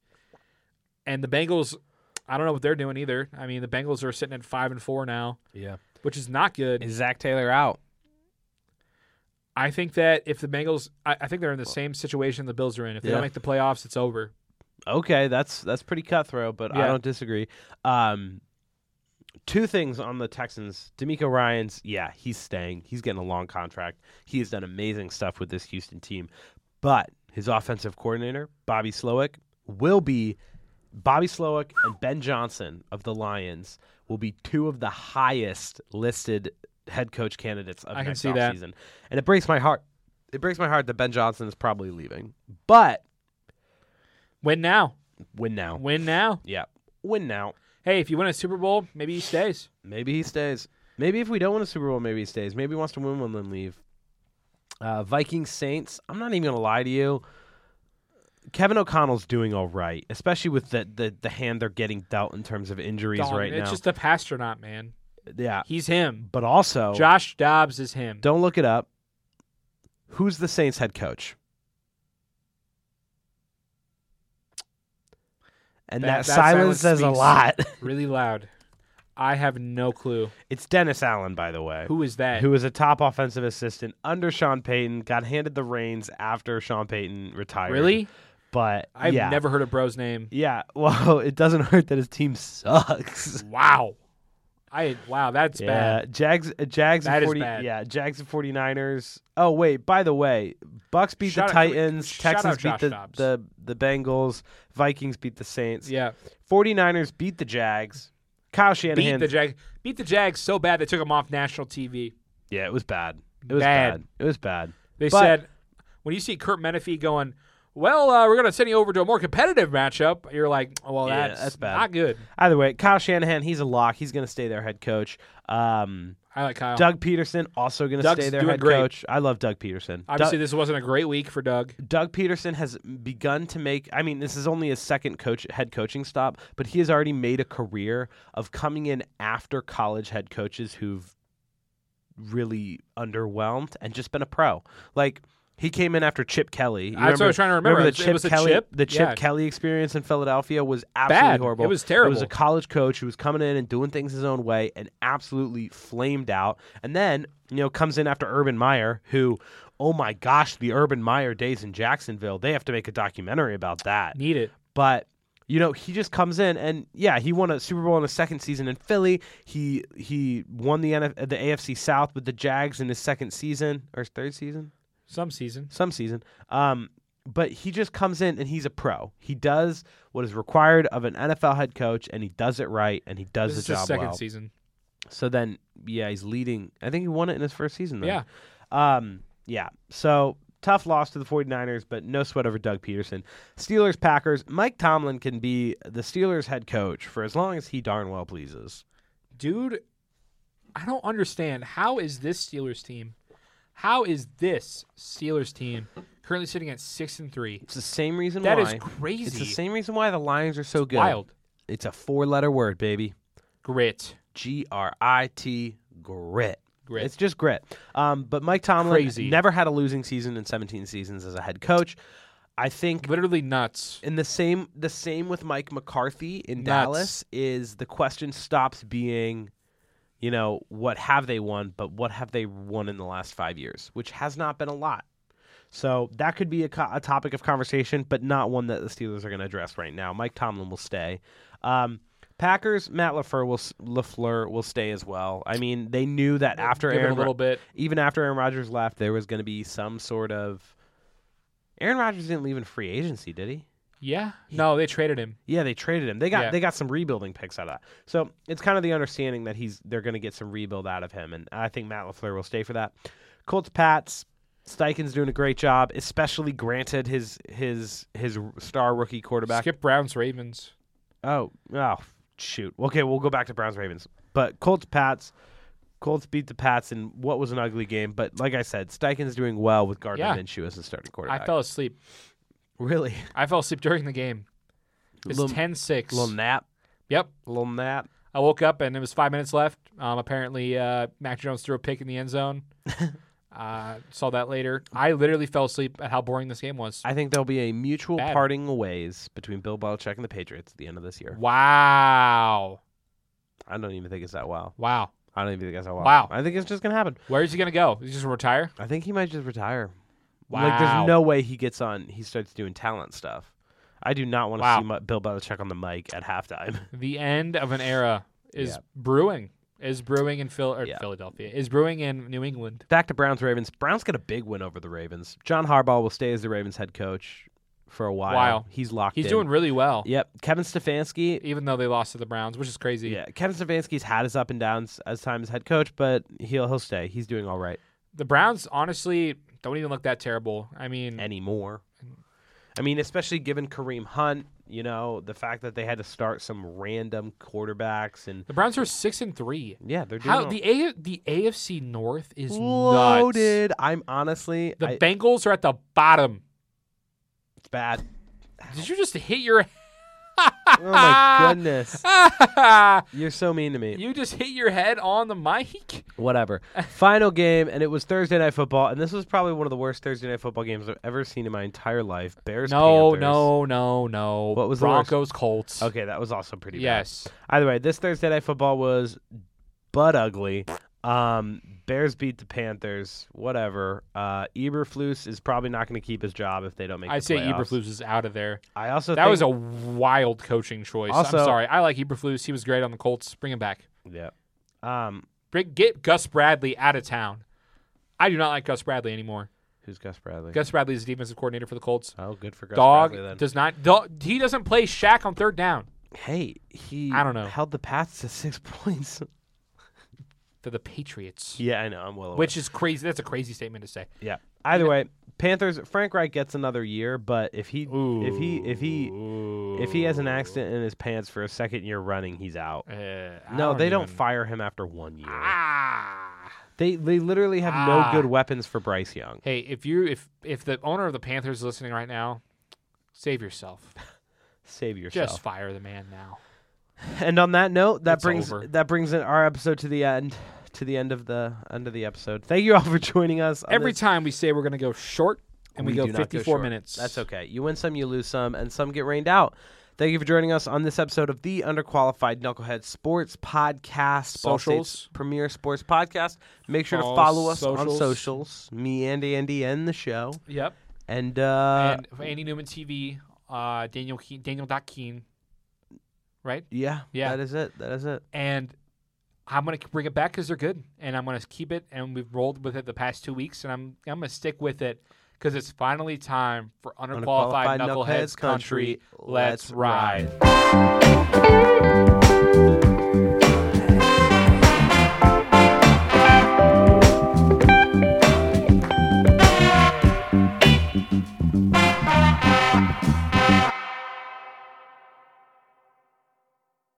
Speaker 1: And the Bengals, I don't know what they're doing either. I mean, the Bengals are sitting at five and four now,
Speaker 2: Yeah.
Speaker 1: which is not good.
Speaker 2: Is Zach Taylor out?
Speaker 1: I think that if the Bengals, I, I think they're in the same situation the Bills are in. If they
Speaker 2: Yeah.
Speaker 1: don't make the playoffs, it's over.
Speaker 2: Okay, that's that's pretty cutthroat, but I
Speaker 1: Yeah.
Speaker 2: don't disagree. Um, two things on the Texans: D'Amico Ryan's, yeah, he's staying. He's getting a long contract. He has done amazing stuff with this Houston team, but his offensive coordinator Bobby Slowick will be Bobby Slowick and Ben Johnson of the Lions will be two of the highest listed head coach candidates of
Speaker 1: I can
Speaker 2: next
Speaker 1: see that.
Speaker 2: offseason. and it breaks my heart. It breaks my heart that Ben Johnson is probably leaving, but
Speaker 1: Win now.
Speaker 2: win now.
Speaker 1: Win now.
Speaker 2: Yeah. Win now.
Speaker 1: Hey, if you win a Super Bowl, maybe he stays.
Speaker 2: Maybe he stays. Maybe if we don't win a Super Bowl, maybe he stays. Maybe he wants to win one then leave. Uh, Vikings Saints. I'm not even gonna lie to you. Kevin O'Connell's doing all right, especially with the the, the hand they're getting dealt in terms of injuries
Speaker 1: Dog,
Speaker 2: right
Speaker 1: it's
Speaker 2: now.
Speaker 1: just a pastronaut, man.
Speaker 2: yeah,
Speaker 1: He's him.
Speaker 2: but also
Speaker 1: Josh Dobbs is him.
Speaker 2: Oh. don't look it up. Who's the Saints head coach? And
Speaker 1: That- that
Speaker 2: that, silence
Speaker 1: silence
Speaker 2: says a
Speaker 1: speaks.
Speaker 2: lot. <laughs>
Speaker 1: Really loud. I have no clue.
Speaker 2: it's Dennis Allen, by the way.
Speaker 1: Who is that?
Speaker 2: who was a top offensive assistant under Sean Payton, got handed the reins after Sean Payton retired.
Speaker 1: really?
Speaker 2: But
Speaker 1: I've
Speaker 2: yeah.
Speaker 1: never heard a bro's name.
Speaker 2: Yeah, <laughs> well, it doesn't hurt that his team sucks.
Speaker 1: Wow. I wow, that's
Speaker 2: yeah,
Speaker 1: bad.
Speaker 2: Jags, uh, Jags,
Speaker 1: That
Speaker 2: and
Speaker 1: is
Speaker 2: 40,
Speaker 1: bad.
Speaker 2: yeah, Jags and 49ers. Oh wait, by the way, Bucks beat
Speaker 1: Shout
Speaker 2: the
Speaker 1: out- can we-
Speaker 2: Titans,
Speaker 1: shout out
Speaker 2: Texans beat
Speaker 1: Josh
Speaker 2: the,
Speaker 1: Dobbs.
Speaker 2: the the Bengals, Vikings beat the Saints,
Speaker 1: Yeah.
Speaker 2: 49ers beat the Jags. Kyle Shanahan,
Speaker 1: Beat the Jag beat the Jags so bad they took him off national TV.
Speaker 2: yeah, it was bad. It was
Speaker 1: Bad.
Speaker 2: bad. It was bad.
Speaker 1: They
Speaker 2: But-
Speaker 1: said when you see Kurt Menefee going, Well, uh, we're gonna send you over to a more competitive matchup, you're like, oh, well
Speaker 2: Yeah,
Speaker 1: that's,
Speaker 2: that's bad.
Speaker 1: not good.
Speaker 2: Either way, Kyle Shanahan, he's a lock. He's going to stay their head coach. Um,
Speaker 1: I like Kyle.
Speaker 2: Doug Peterson, also going to
Speaker 1: Doug's
Speaker 2: stay their
Speaker 1: doing
Speaker 2: head
Speaker 1: great.
Speaker 2: coach. I love Doug Peterson.
Speaker 1: Obviously
Speaker 2: Doug,
Speaker 1: this wasn't a great week for Doug.
Speaker 2: Doug Peterson has begun to make. I mean, this is only his second coach head coaching stop, but he has already made a career of coming in after college head coaches who've really underwhelmed and just been a pro. Like He came in after Chip Kelly. You
Speaker 1: That's what I was trying to remember.
Speaker 2: the
Speaker 1: It
Speaker 2: Chip
Speaker 1: was a
Speaker 2: Kelly,
Speaker 1: chip?
Speaker 2: the Chip
Speaker 1: Yeah.
Speaker 2: Kelly experience in Philadelphia was absolutely
Speaker 1: Bad.
Speaker 2: horrible.
Speaker 1: It was
Speaker 2: It was
Speaker 1: terrible.
Speaker 2: a college coach who was coming in and doing things his own way and absolutely flamed out. And then you know comes in after Urban Meyer, who, oh my gosh, the Urban Meyer days in Jacksonville. They have to make a documentary about that
Speaker 1: Need it.
Speaker 2: but you know he just comes in and yeah he won a Super Bowl in his second season in Philly. He he won the NF- the AFC South with the Jags in his second season or his third season,
Speaker 1: Some season.
Speaker 2: some season. Um, but he just comes in and he's a pro. He does what is required of an NFL head coach and he does it right and he does
Speaker 1: This is
Speaker 2: the
Speaker 1: his
Speaker 2: job
Speaker 1: second
Speaker 2: well.
Speaker 1: season.
Speaker 2: So then yeah he's leading. I think he won it in his first season. Then.
Speaker 1: Yeah.
Speaker 2: Um, yeah. So tough loss to the 49ers, but no sweat over Doug Peterson. Steelers, Packers. Mike Tomlin can be the Steelers head coach for as long as he darn well pleases.
Speaker 1: Dude, I don't understand. How is this Steelers team? How is this Steelers team currently sitting at six and three?
Speaker 2: It's the same reason
Speaker 1: That is
Speaker 2: why.
Speaker 1: crazy.
Speaker 2: It's the same reason why the Lions are so good.
Speaker 1: Wild.
Speaker 2: It's a four letter word, baby.
Speaker 1: Grit.
Speaker 2: G R I T grit.
Speaker 1: Grit.
Speaker 2: It's just grit. Um, but Mike Tomlin
Speaker 1: Crazy.
Speaker 2: never had a losing season in 17 seasons as a head coach. I think
Speaker 1: Literally nuts.
Speaker 2: And the same the same with Mike McCarthy in
Speaker 1: Nuts.
Speaker 2: Dallas is the question stops being, you know, what have they won, but what have they won in the last five years, which has not been a lot. So that could be a, co- a topic of conversation, but not one that the Steelers are going to address right now. Mike Tomlin will stay. Um, Packers Matt Lafleur will s- Lafleur will stay as well. I mean, they knew that after
Speaker 1: Give it a
Speaker 2: Aaron Ro-
Speaker 1: little bit.
Speaker 2: even after Aaron Rodgers left, there was going to be some sort of. Aaron Rodgers didn't leave in free agency, did he?
Speaker 1: Yeah. No, they traded him.
Speaker 2: Yeah, they traded him. They got
Speaker 1: Yeah.
Speaker 2: they got some rebuilding picks out of that. So it's kind of the understanding that he's they're going to get some rebuild out of him, and I think Matt Lafleur will stay for that. Colts, Pats, Steichen's doing a great job, especially granted his his his star rookie quarterback.
Speaker 1: Skip Brown's Ravens.
Speaker 2: Oh, oh, shoot. Okay, we'll go back to Browns Ravens, but Colts, Pats. Colts beat the Pats in what was an ugly game, but like I said, Steichen's doing well with Gardner
Speaker 1: Yeah.
Speaker 2: Minshew as the starting quarterback.
Speaker 1: I fell asleep. <laughs>
Speaker 2: really
Speaker 1: I fell asleep during the game. It's
Speaker 2: Little-
Speaker 1: 10 6.
Speaker 2: little nap,
Speaker 1: Yep.
Speaker 2: little nap.
Speaker 1: I woke up and it was five minutes left. Um, apparently, uh, Mac Jones threw a pick in the end
Speaker 2: <laughs>
Speaker 1: zone. uh, saw that later. I literally fell asleep at how boring this game was.
Speaker 2: I think there'll be a mutual
Speaker 1: Bad.
Speaker 2: parting of ways between Bill Belichick and the Patriots at the end of this year.
Speaker 1: Wow.
Speaker 2: I don't even think it's that wow.
Speaker 1: Wow.
Speaker 2: I don't even think it's that wow.
Speaker 1: Wow.
Speaker 2: I think it's just gonna happen.
Speaker 1: Where's he going to go? He's just gonna retire?
Speaker 2: I think he might just retire.
Speaker 1: Wow.
Speaker 2: Like there's no way he gets on. He starts doing talent stuff. I do not want to
Speaker 1: Wow.
Speaker 2: see Mi- Bill Belichick on the mic at halftime. <laughs>
Speaker 1: The end of an era is
Speaker 2: Yeah.
Speaker 1: brewing. Is brewing in Phil- or
Speaker 2: Yeah.
Speaker 1: Philadelphia. Is brewing in New England.
Speaker 2: Back to Browns Ravens. Browns get a big win over the Ravens. John Harbaugh will stay as the Ravens head coach for a while.
Speaker 1: Wow.
Speaker 2: He's locked.
Speaker 1: He's
Speaker 2: in.
Speaker 1: doing really well,
Speaker 2: Yep. Kevin Stefanski
Speaker 1: even though they lost to the Browns, which is crazy.
Speaker 2: Yeah, Kevin Stefanski's had his up and downs as time as head coach, but he'll he'll stay. He's doing all right
Speaker 1: The Browns, honestly, don't even look that terrible. I mean,
Speaker 2: anymore. I mean, especially given Kareem Hunt, you know, the fact that they had to start some random quarterbacks and
Speaker 1: the Browns are six and three.
Speaker 2: yeah, they're doing
Speaker 1: How
Speaker 2: all-
Speaker 1: the A- the AFC North is Nuts.
Speaker 2: loaded. I'm honestly
Speaker 1: The
Speaker 2: I-
Speaker 1: Bengals are at the bottom. <laughs>
Speaker 2: it's bad.
Speaker 1: Did you just hit your?
Speaker 2: Oh my goodness, you're so mean to me.
Speaker 1: <laughs> you just hit your head on the mic. <laughs>
Speaker 2: Whatever. Final game, and it was Thursday night football, and this was probably one of the worst Thursday night football games I've ever seen in my entire life. Bears.
Speaker 1: No,
Speaker 2: Panthers.
Speaker 1: no, no, no.
Speaker 2: What was the worst?
Speaker 1: Broncos Colts?
Speaker 2: Okay, that was also pretty bad.
Speaker 1: Yes,
Speaker 2: Either way, this Thursday night football was butt ugly. Um, Bears beat the Panthers. Whatever. Uh, Eberflus is probably not going to keep his job if they don't make.
Speaker 1: I'd
Speaker 2: the
Speaker 1: say
Speaker 2: playoffs.
Speaker 1: Eberflus is out of there.
Speaker 2: I also
Speaker 1: That
Speaker 2: think,
Speaker 1: was a wild coaching choice.
Speaker 2: Also-
Speaker 1: I'm sorry. I like Eberflus. He was great on the Colts. Bring him back.
Speaker 2: yeah. Um,
Speaker 1: Bring, get Gus Bradley out of town. I do not like Gus Bradley anymore.
Speaker 2: who's Gus Bradley?
Speaker 1: Gus Bradley is the defensive coordinator for the Colts.
Speaker 2: oh, good for Gus
Speaker 1: Dog
Speaker 2: Bradley then.
Speaker 1: does not. Dog, he doesn't play Shaq on third down
Speaker 2: hey, he
Speaker 1: I don't know.
Speaker 2: held the Pats to six <laughs> points.
Speaker 1: for the Patriots,
Speaker 2: yeah, I know. I'm well aware.
Speaker 1: which is crazy. That's a crazy statement to say.
Speaker 2: yeah. Either way, Panthers. Frank Reich gets another year, but if he if he if he if he has an accident in his pants for a second year running, he's out.
Speaker 1: Uh, I
Speaker 2: No, they don't
Speaker 1: even-
Speaker 2: fire him after one year.
Speaker 1: ah.
Speaker 2: They they literally have
Speaker 1: Ah.
Speaker 2: no good weapons for Bryce Young.
Speaker 1: Hey, if you if if the owner of the Panthers is listening right now, save yourself.
Speaker 2: Save
Speaker 1: Just
Speaker 2: yourself.
Speaker 1: fire the man now.
Speaker 2: And on that note, that
Speaker 1: It's
Speaker 2: brings
Speaker 1: over.
Speaker 2: that brings in our episode to the end, to the end of the end of the episode. Thank you all for joining us. on
Speaker 1: Every
Speaker 2: this-
Speaker 1: time we say we're gonna go short, and we,
Speaker 2: do
Speaker 1: go
Speaker 2: not
Speaker 1: 54
Speaker 2: short.
Speaker 1: minutes.
Speaker 2: That's okay. You win some, you lose some, and some get rained out. Thank you for joining us on this episode of the Underqualified Knucklehead Sports Podcast, Ball
Speaker 1: Socials.
Speaker 2: State's premier sports podcast. Make sure
Speaker 1: All
Speaker 2: to follow us on
Speaker 1: socials.
Speaker 2: socials. Me and Andy and the show,
Speaker 1: Yep.
Speaker 2: and uh,
Speaker 1: and Andy Newman TV, uh, Daniel Keen, Daniel Dot Keen, right?
Speaker 2: yeah,
Speaker 1: Yeah.
Speaker 2: that is it. That is it.
Speaker 1: And I'm gonna bring it back because they're good, and I'm gonna keep it. And we've rolled with it the past two weeks, and I'm I'm gonna stick with it because it's finally time for underqualified,
Speaker 2: Underqualified
Speaker 1: knuckleheads, country. Let's ride.
Speaker 2: ride.